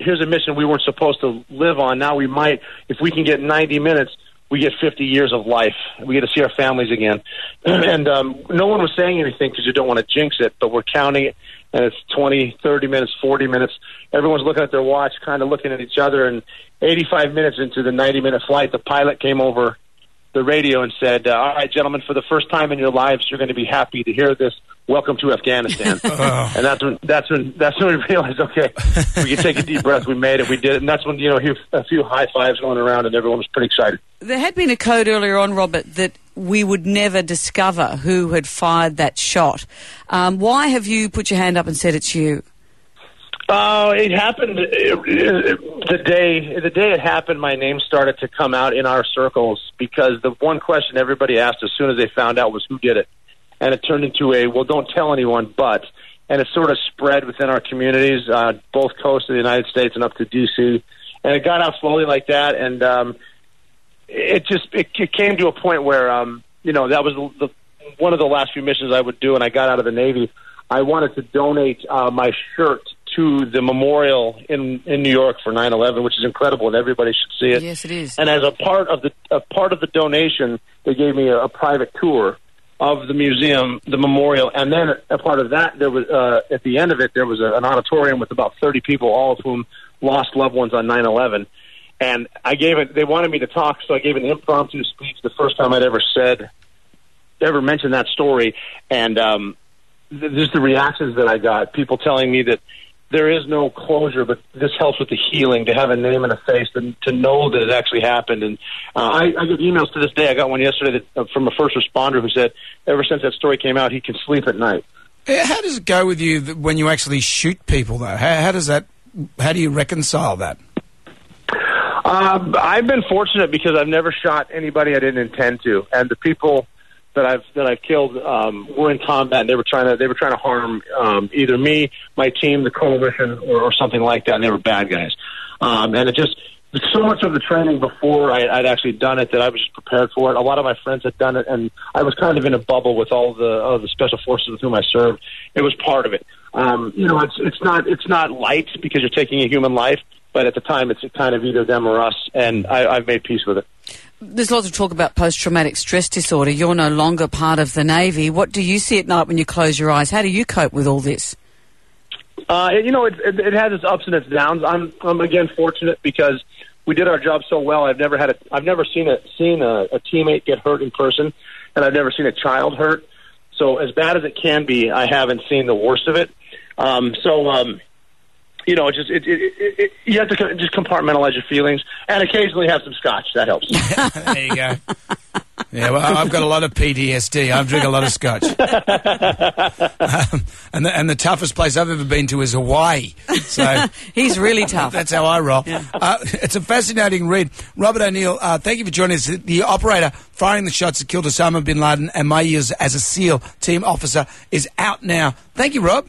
here's a mission we weren't supposed to live on. Now we might, if we can get 90 minutes, we get 50 years of life. We get to see our families again. and um, no one was saying anything because you don't want to jinx it, but we're counting it, and it's 20, 30 minutes, 40 minutes. Everyone's looking at their watch, kind of looking at each other. And 85 minutes into the 90 minute flight, the pilot came over the radio and said, uh, All right, gentlemen, for the first time in your lives, you're going to be happy to hear this. Welcome to Afghanistan. and that's when that's when that's when we realized, okay, we can take a deep breath. We made it. We did it. And that's when you know a few- a few high fives going around, and everyone was pretty excited.
There had been a code earlier on, Robert, that we would never discover who had fired that shot. Um, why have you put your hand up and said it's you?
Uh, it happened uh, the day the day it happened. My name started to come out in our circles because the one question everybody asked as soon as they found out was who did it, and it turned into a well, don't tell anyone, but, and it sort of spread within our communities, uh, both coasts of the United States and up to D.C. And it got out slowly like that, and um, it just it, it came to a point where um, you know that was the, one of the last few missions I would do, and I got out of the Navy. I wanted to donate uh, my shirt to the memorial in in New York for 9/11, which is incredible, and everybody should see it.
Yes, it is.
And as a part of the a part of the donation, they gave me a, a private tour of the museum, the memorial, and then uh, a part of that there was uh, at the end of it there was a, an auditorium with about 30 people, all of whom lost loved ones on 9/11. And I gave it. They wanted me to talk, so I gave an impromptu speech, the first time I'd ever said, ever mentioned that story, and um, th- just the reactions that I got. People telling me that there is no closure, but this helps with the healing to have a name and a face and to know that it actually happened. And uh, I, I get emails to this day. I got one yesterday that, uh, from a first responder who said, ever since that story came out, he can sleep at night.
Eh, How does it go with you th- when you actually shoot people, though? How, how does that? How do you reconcile that?
Um, I've been fortunate because I've never shot anybody I didn't intend to, and the people that I've that I've killed um, were in combat. And they were trying to they were trying to harm um, either me, my team, the coalition, or, or something like that. And they were bad guys, um, and it just so much of the training before I, I'd actually done it that I was just prepared for it. A lot of my friends had done it, and I was kind of in a bubble with all the all the special forces with whom I served. It was part of it. Um, you know, it's it's not it's not light because you're taking a human life, but at the time it's kind of either them or us, and I, I've made peace with it.
There's lots of talk about post traumatic stress disorder. You're no longer part of the Navy. What do you see at night when you close your eyes? How do you cope with all this?
Uh, you know, it, it, it has its ups and its downs. I'm, I'm again fortunate because we did our job so well. I've never had a, I've never seen a seen a, a teammate get hurt in person, and I've never seen a child hurt. So as bad as it can be, I haven't seen the worst of it. Um, so um, you know, it's just it, it, it, it, you have to co- just compartmentalize your feelings, and occasionally have some scotch. That helps.
there you go. Yeah, well, I've got a lot of PTSD. I've drinking a lot of scotch. Um, and, the, and the toughest place I've ever been to is Hawaii. So
He's really tough.
That's how I roll. Uh, it's a fascinating read. Robert O'Neill, uh, thank you for joining us. The operator firing the shots that killed Osama bin Laden and my years as a SEAL team officer is out now. Thank you, Rob.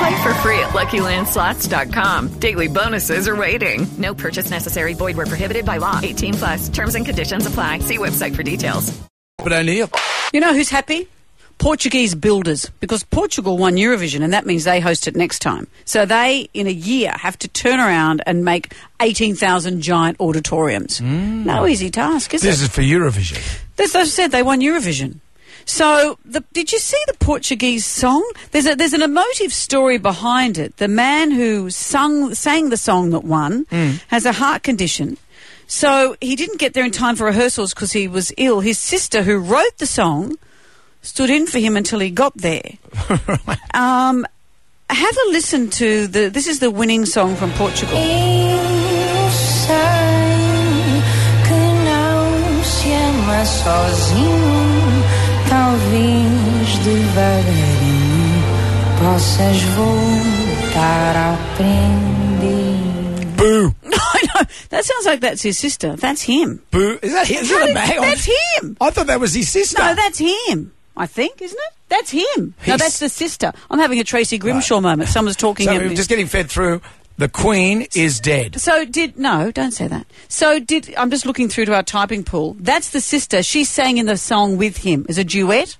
Play for free at LuckyLandSlots.com. Daily bonuses are waiting. No purchase necessary. Void were prohibited by law. 18 plus. Terms and conditions apply. See website for details.
Robert O'Neill.
You know who's happy? Portuguese builders, because Portugal won Eurovision and that means they host it next time. So they, in a year, have to turn around and make 18,000 giant auditoriums. No easy task, is
This
it?
is for Eurovision.
As I said, they won Eurovision. So, the, did you see the Portuguese song? Oh, There's a, there's an emotive story behind it. The man who sung sang the song that won
Mm.
has a heart condition, so he didn't get there in time for rehearsals because he was ill. His sister, who wrote the song, stood in for him until he got there. um, have a listen to the. This is the winning song from Portugal.
Eu sei que não se ama sozinho. Talvez devagarinho possas voltar a aprender.
Boo!
I know that sounds like that's his sister. That's him.
Boo! Is that him? Is
How
that a
did-
bag?
That's him.
I thought that was his sister.
No, that's him. I think, isn't it? That's him. no, that's the sister. I'm having a Tracy Grimshaw moment. Someone's talking.
So
at
we're
me.
just getting fed through. The Queen is dead.
So did no, don't say that. So did I'm just looking through to our typing pool. That's the sister. She sang in the song with him as a duet.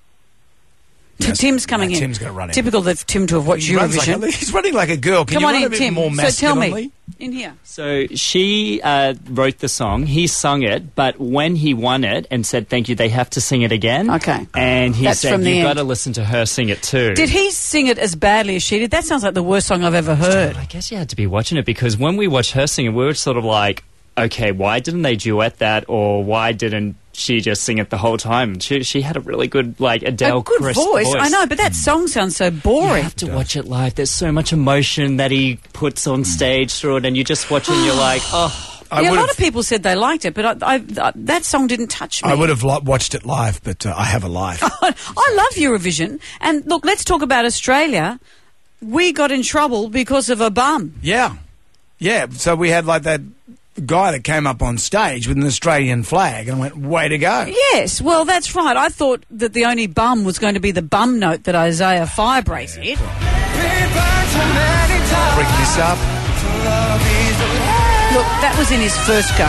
Tim's coming
no,
in.
Tim's gonna run in.
Typical of Tim to have watched
He runs like a-
Eurovision.
he's running like a girl. Can
Come
you
on
run
in,
a bit
Tim.
more
so tell me,
masculinely?
in here.
So she uh, wrote the song, he sung it, but when he won it and said thank you, they have to sing it again. Okay. And he
That's from
said,
the
you've got
end.
to listen to her sing it too.
Did he sing it as badly as she did? That sounds like the worst song I've ever heard.
I guess you had to be watching it because when we watched her sing it, we were sort of like, okay, why didn't they duet that or why didn't she just sing it the whole time? She, she had a really good, like, Adele
a good
crisp
voice. I know, but that song sounds so boring.
You have to watch it live. There's so much emotion that he puts on stage through it, and you just watch it and you're like, oh.
yeah, a lot of people said they liked it, but I, I, that song didn't touch me.
I would have li- watched it live, but uh, I have a life.
I love Eurovision. And look, let's talk about Australia. We got in trouble because of a bum.
Yeah. Yeah. So we had like that guy that came up on stage with an Australian flag and I went, way to go.
Yes, well, that's right. I thought that the only bum was going to be the bum note that Isaiah Firebrace hit.
Bring this up.
Look, that was in his first go.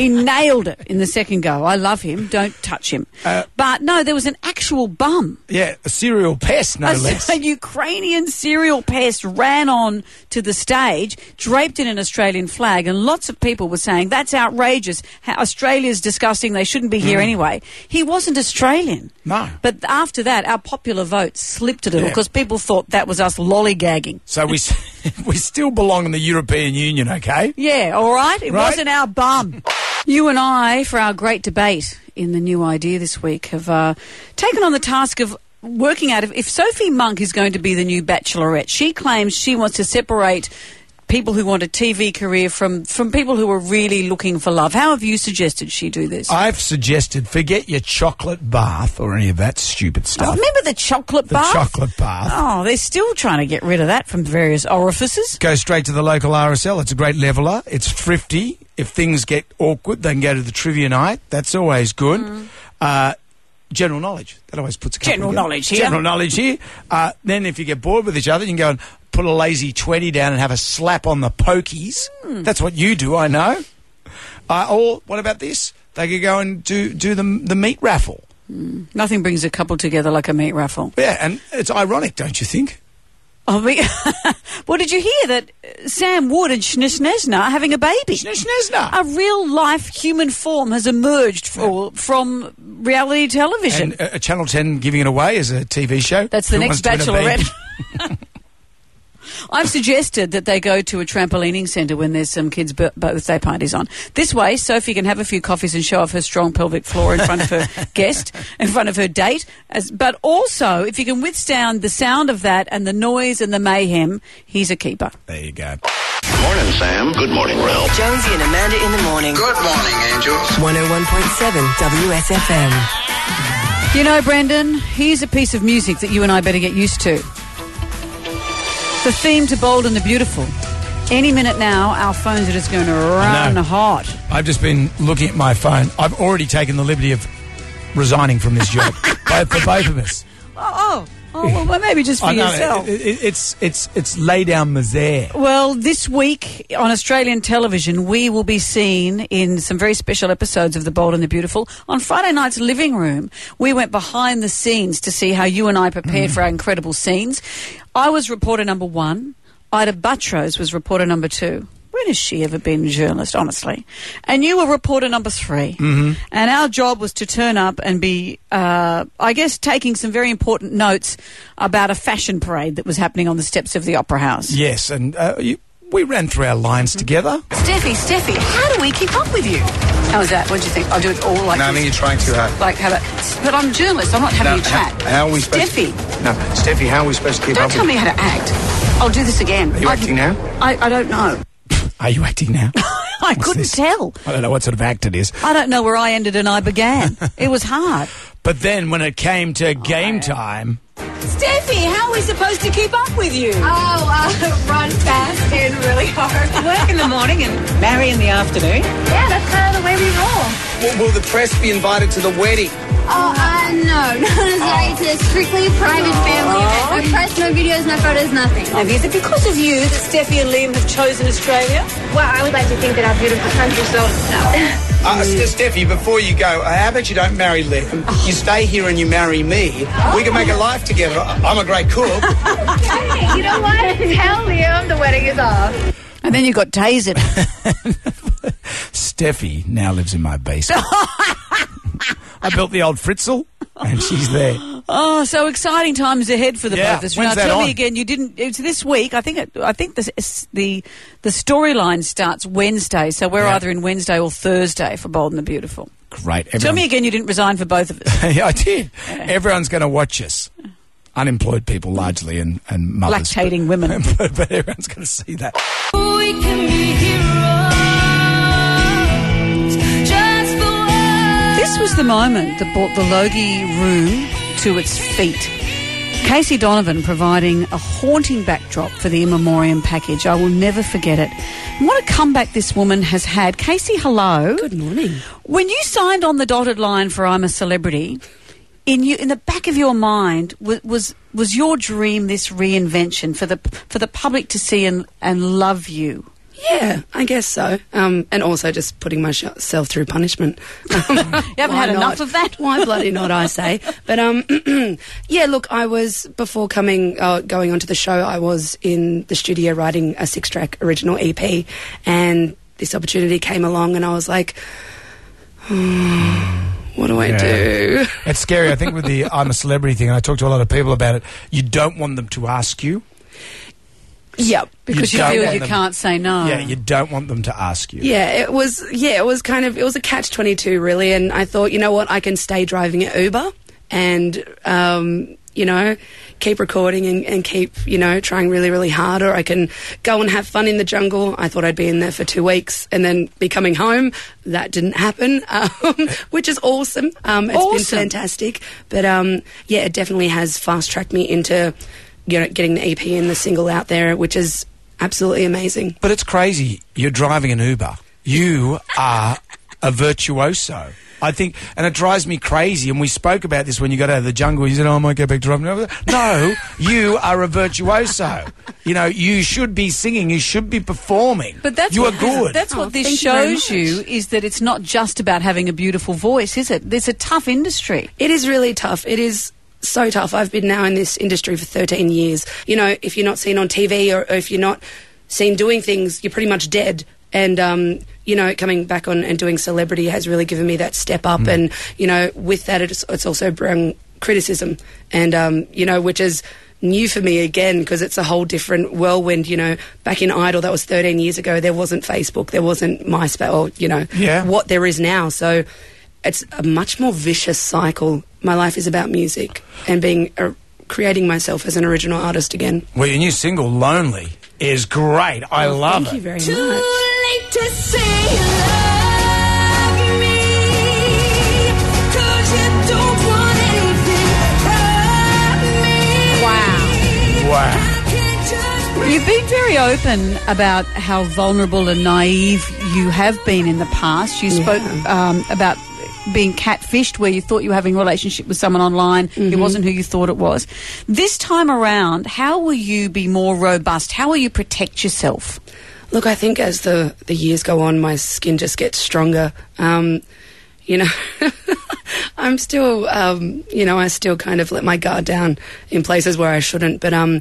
he nailed it in the second go. I love him. Don't touch him. but no, there was an actual bum.
Yeah. A serial pest, no
a,
less.
a Ukrainian serial pest ran on to the stage, draped in an Australian flag, and lots of people were saying, that's outrageous. Ha- Australia's disgusting. They shouldn't be here
Mm.
anyway. He wasn't Australian.
No.
But after that, our popular vote slipped a little
Yeah.
because people thought that was us lollygagging.
So we s- we still belong in the European Union, okay?
Yeah, all right. It
Right.
wasn't our bum. you and I, for our great debate in the new idea this week, have uh, taken on the task of working out if, if Sophie Monk is going to be the new Bachelorette. She claims she wants to separate people who want a TV career from from people who are really looking for love. How have you suggested she do this?
I've suggested forget your chocolate bath or any of that stupid
Oh,
stuff.
remember the chocolate
the
bath?
chocolate bath.
Oh, they're still trying to get rid of that from various orifices.
Go straight to the local RSL. It's a great leveler. It's thrifty. If things get awkward, they can go to the trivia night. That's always good. Uh, general knowledge. That always puts a couple
Mm. General
together.
knowledge here.
General knowledge here. Uh, then if you get bored with each other, you can go and put a lazy 20 down and have a slap on the pokies.
Mm.
That's what you do, I know. Uh, or what about this? They could go and do, do the, the meat raffle.
Mm. Nothing brings a couple together like a meat raffle.
Yeah, and it's ironic, don't you think?
I mean, well, did you hear that uh, Sam Wood and Schnitznesna are having a baby?
Schnitznesna!
A real life human form has emerged for, from reality television.
And uh, Channel 10 giving it away as a TV show.
That's the
Who
next
wants to win a baby?
Bachelorette. I've suggested that they go to a trampolining centre when there's some kids' bir- birthday parties on. This way, Sophie can have a few coffees and show off her strong pelvic floor in front of her guest, in front of her date. As, but also, if you can withstand the sound of that and the noise and the mayhem, he's a keeper.
There you go.
Morning, Sam. Good morning, Will.
Jonesy and Amanda in the morning. Good morning, angels. 101.7 WSFM.
You know, Brendan, here's a piece of music that you and I better get used to. The theme to Bold and the Beautiful. Any minute now, our phones are just going to run hot.
I've just been looking at my phone. I've already taken the liberty of resigning from this job, both for both of us.
Oh, oh, oh well, well, maybe just for
I know, it-
yourself.
it- it- it's it's it's lay down misere.
Well, this week on Australian television, we will be seen in some very special episodes of The Bold and the Beautiful. On Friday night's living room, we went behind the scenes to see how you and I prepared for our incredible scenes. I was reporter number one. Ida Buttrose was reporter number two. When has she ever been a journalist, honestly? And you were reporter number three.
Mhm.
And our job was to turn up and be, uh, I guess, taking some very important notes about a fashion parade that was happening on the steps of the Opera House.
Yes, and uh, you, we ran through our lines together.
Steffi, Steffi, how do we keep up with you? How was that? What do you think? I'll do it all like
No, I think
this.
you're trying too hard.
Like, how about... But I'm a journalist. I'm not having a chat.
How, are we supposed?
Steffi,
To, no, Steffi, how are we supposed to keep
don't
up?
tell me
with
how to act. I'll do this again.
Are you acting now?
I, I don't know.
Are you acting now?
I couldn't tell.
I don't know what sort of act it is.
I don't know where I ended and I began. it was hard.
But then when it came to game time,
Steffi, how are we supposed to keep up with you?
Oh, uh, run fast and really hard. Work in the morning and marry in the afternoon. Yeah, that's kind of the way we roll.
Will, will the press be invited to the wedding?
Oh, I
No, no, sorry. It's a strictly private family event. No press, no videos, no photos, nothing.
Is it because of you that Steffi and Liam have chosen Australia?
Well, I would like to think that our beautiful country so no.
Mm.
Uh, Ste- Steffi, before you go, uh, how about you don't marry Liam? You stay here and you marry me. We can make a life together. I- I'm a great cook.
Okay, you know what? Tell Liam the wedding is off.
And then you got tasered.
Steffi now lives in my basement. I built the old Fritzel, and she's there.
Oh, so exciting times ahead for the
Yeah,
both of us.
when's
now,
that
tell
on?
me again. You didn't. It's this week. I think. It, I think the s- the the storyline starts Wednesday. So we're either in Wednesday or Thursday for Bold and the Beautiful.
Great.
Tell
Everyone-
me again. You didn't resign for both of us.
yeah, I did. Everyone's going to watch us. Unemployed people largely and, and mothers.
Lactating women.
But, but everyone's going to see that.
We can be heroes just for
This was the moment that brought the Logie room to its feet. Casey Donovan providing a haunting backdrop for the in memoriam package. I will never forget it. And what a comeback this woman has had. Casey, hello. Good morning. When you signed on the dotted line for I'm a Celebrity, in you, in the back of your mind was, was was your dream this reinvention for the for the public to see and and love you.
Yeah, I guess so. Um, and also just putting myself through punishment. you haven't
had enough of
that. Why bloody not? I say. But um, yeah. Look, I was before coming uh, going onto the show. I was in the studio writing a six-track original EP, and this opportunity came along, and I was like, what do I do?
It's scary. I think with the I'm a celebrity thing, and I talk to a lot of people about it, you don't want them to ask you.
Yeah,
Because
Because
you
you,
don't
feel
want
you
them-
can't say no.
Yeah, you don't want them to ask you.
Yeah, it was. Yeah, it was kind of. It was a catch twenty two, really. And I thought, you know what, I can stay driving at Uber, and um, you know, keep recording and, and keep you know trying really, really hard, or I can go and have fun in the jungle. I thought I'd be in there for two weeks and then be coming home. That didn't happen, um, which is awesome. Um, it's been
Awesome.
fantastic, but um, yeah, it definitely has fast tracked me into you know getting the EP and the single out there, which is absolutely amazing.
But it's crazy. You're driving an Uber. You are a virtuoso. I think, and it drives me crazy. And we spoke about this when you got out of the jungle. You said, "Oh, I might go back to driving." No, you are a virtuoso. You know, you should be singing. You should be performing.
But that's
you
what,
are good.
That's
Oh,
what this shows you is that it's not just about having a beautiful voice, is it? It's a tough industry.
It is really tough. It is so tough. I've been now in this industry for 13 years. You know, if you're not seen on TV or, or if you're not seen doing things, you're pretty much dead. And, um, you know, coming back on and doing celebrity has really given me that step up. And, you know, with that, it's, it's also bring criticism. And, um, you know, which is new for me again because it's a whole different whirlwind. You know, back in Idol, that was 13 years ago, there wasn't Facebook, there wasn't MySpace, or, you know,
Yeah.
what there is now. So it's a much more vicious cycle. My life is about music and being a, creating myself as an original artist again.
Well, your new single "Lonely" is great. I
Oh,
love it.
Thank you very
Too
much.
late to say you love me. 'Cause you don't want anything from me.
Wow.
Wow.
You've been very open about how vulnerable and naive you have been in the past. You spoke um, about being catfished where you thought you were having a relationship with someone online
Mm-hmm.
it wasn't who you thought it was this time around how will you be more robust how will you protect yourself
Look, I think as the, the years go on, my skin just gets stronger. Um, you know, I'm still, um, you know, I still kind of let my guard down in places where I shouldn't. But um,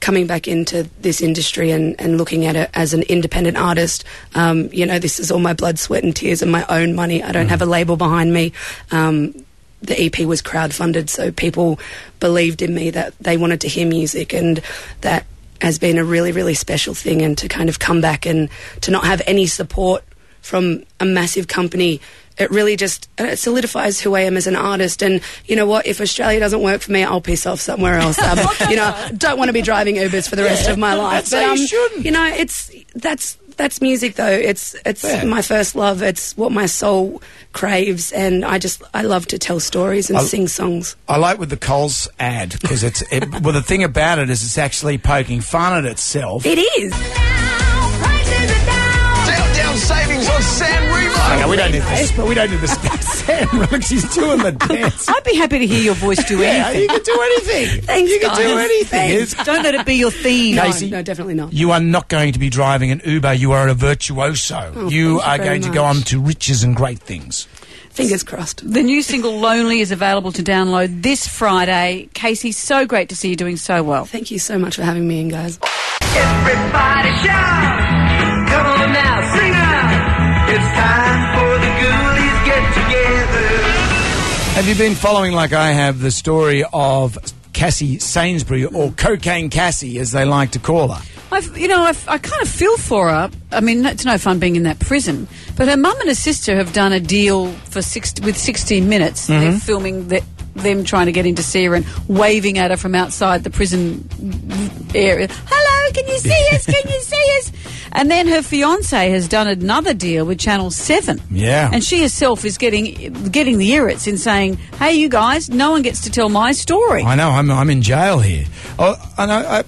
coming back into this industry and, and looking at it as an independent artist, um, you know, this is all my blood, sweat, and tears and my own money. I don't have a label behind me. Um, the EP was crowdfunded, so people believed in me that they wanted to hear music, and that has been a really, really special thing. And to kind of come back and to not have any support from a massive company, it really just uh, it solidifies who I am as an artist. And you know what? If Australia doesn't work for me, I'll piss off somewhere else. Um, you know, don't want to be driving Ubers for the rest of my life.
That's how you
um, you know, it's that's that's music though. It's it's
Yeah.
my first love. It's what my soul craves, and I just I love to tell stories and
I-
sing songs.
I like with the Coles ad because it's it, well the thing about it is it's actually poking fun at itself.
It is.
Down,
savings on San Remo.
we don't need this. But we don't need this. Sam Rock, she's doing the dance.
I'd be happy to hear your voice do
Yeah,
anything.
you can do anything.
Thanks,
You can do
guys.
anything.
Thanks.
It's-
Don't let it be your theme.
Casey?
No, definitely not.
You are not going to be driving an Uber. You are a virtuoso.
Oh,
you
thank you
are
very
going to go
much.
on to riches and great things.
Fingers crossed.
The new single Lonely is available to download this Friday. Casey, so great to see you doing so well.
Thank you so much for having me in, guys.
Everybody shout. Come on now, sing out. It's time for the ghoulies get together.
Have you been following, like I have, the story of Cassie Sainsbury, or Cocaine Cassie, as they like to call her?
I've, you know, I've, I kind of feel for her. I mean, it's no fun being in that prison. But her mum and her sister have done a deal for six, with 16 Minutes.
Mhm.
They're filming the, them trying to get in to see her and waving at her from outside the prison area. Hello, can you see us? Can you see us? And then her fiance has done another deal with Channel 7.
Yeah.
And she herself is getting getting the irrits in saying, hey, you guys, no one gets to tell my story.
I know. I'm I'm in jail here. Oh, I know. I,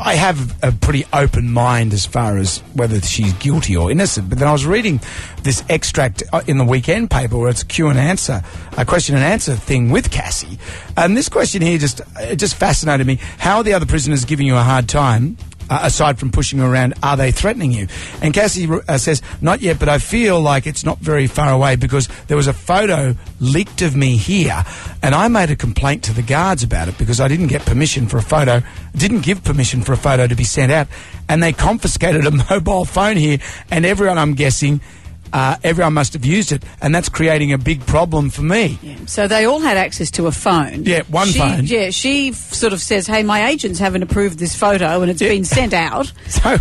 I have a pretty open mind as far as whether she's guilty or innocent. But then I was reading this extract uh, in the weekend paper where it's a Q and answer, a question and answer thing with Cassie. And this question here just it just fascinated me. How are the other prisoners giving you a hard time? Uh, aside from pushing you around, are they threatening you? And Cassie uh, says, Not yet, but I feel like it's not very far away because there was a photo leaked of me here, and I made a complaint to the guards about it because I didn't get permission for a photo, didn't give permission for a photo to be sent out, and they confiscated a mobile phone here, and everyone, I'm guessing, uh, everyone must have used it, and that's creating a big problem for me.
So they all had access to a phone.
Yeah, one
she,
phone.
Yeah, she f- sort of says, "Hey, my agents haven't approved this photo, and it's been sent out."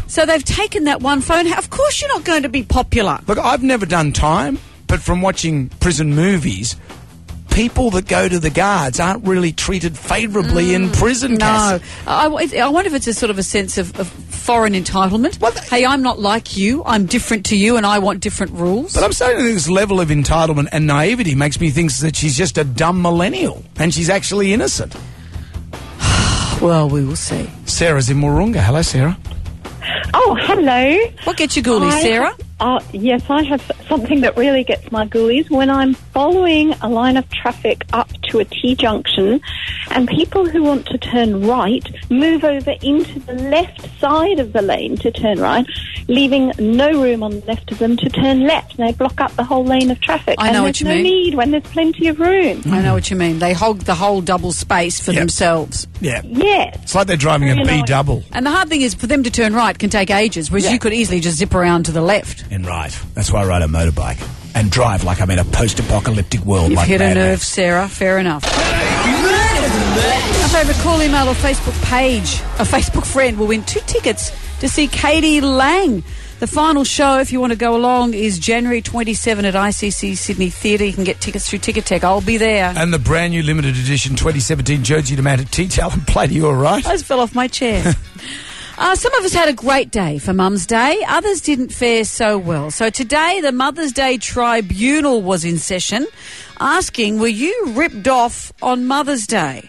So,
they've taken that one phone. Of course, you're not going to be popular.
Look, I've never done time, but from watching prison movies, people that go to the guards aren't really treated favourably in prison.
Mm, No,
Cassie.
I, I- I wonder if it's a sort of a sense of, of foreign entitlement. hey, I'm not like you. I'm different to you, and I want different rules.
But I'm saying that this level of entitlement and naivety makes me think that she's just a dumb millennial and she's actually innocent.
well, we will see.
Sarah's in Warunga. Hello, Sarah.
Oh, hello.
What gets you ghoulies,
I-
Sarah?
Uh, yes, I have something that really gets my ghoulies when I'm following a line of traffic up to a T junction and people who want to turn right move over into the left side of the lane to turn right, leaving no room on the left of them to turn left. And they block up the whole lane of traffic.
I
and
know
there's
what you
no
mean.
need when there's plenty of room.
I know what you mean. They hog the whole double space for themselves.
Yeah.
Yes.
It's like they're driving a
Very
B
nice.
double.
And the hard thing is for them to turn right can take ages, whereas you could easily just zip around to the left.
And right. That's why I ride a motorbike and drive like I'm in a post apocalyptic world.
You've
like eh?
hit a
madman.
nerve, Sarah. Fair enough. Our favourite call, email, or Facebook page. A Facebook friend will win two tickets to see Katie Lang. The final show, if you want to go along, is January 27 at ICC Sydney Theatre. You can get tickets through Ticketek. I'll be there.
And the brand new limited edition 2017 Joji Demand at Tea Towel and Plate. Are you all right?
I just fell off my chair. Uh, some of us had a great day for Mum's Day. Others didn't fare so well. So today, the Mother's Day Tribunal was in session, asking, "Were you ripped off on Mother's Day?"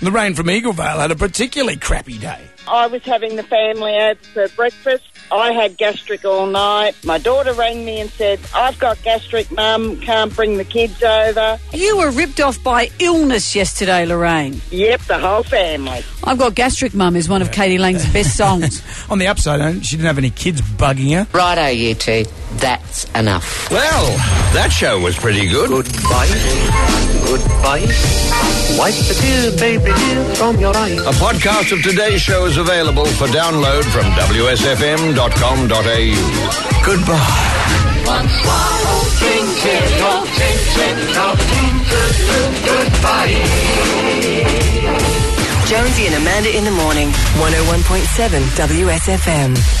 Lorraine from Eaglevale had a particularly crappy day.
I was having the family out for breakfast. I had gastric all night. My daughter rang me and said, I've got gastric, mum, can't bring the kids over.
You were ripped off by illness yesterday, Lorraine.
Yep, the whole family.
I've got gastric. Mum is one of Katie Lang's best songs.
On the upside, though, she didn't have any kids bugging her.
Righto, you two. That's enough.
Well, that show was pretty good. Goodbye. Goodbye. Wipe the tears, baby, dear, from your eyes. A podcast of today's show is available for download from wsfm.com.au. Goodbye.
One swallow brings it all, brings it all. Goodbye.
Jonesy and Amanda in the morning. 101.7 WSFM.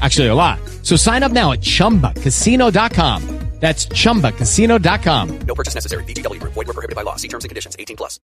Actually, a lot. So sign up now at chumbacasino.com. That's chumbacasino.com. No purchase necessary. VGW Group. Void were prohibited by law. See terms and conditions. 18 plus.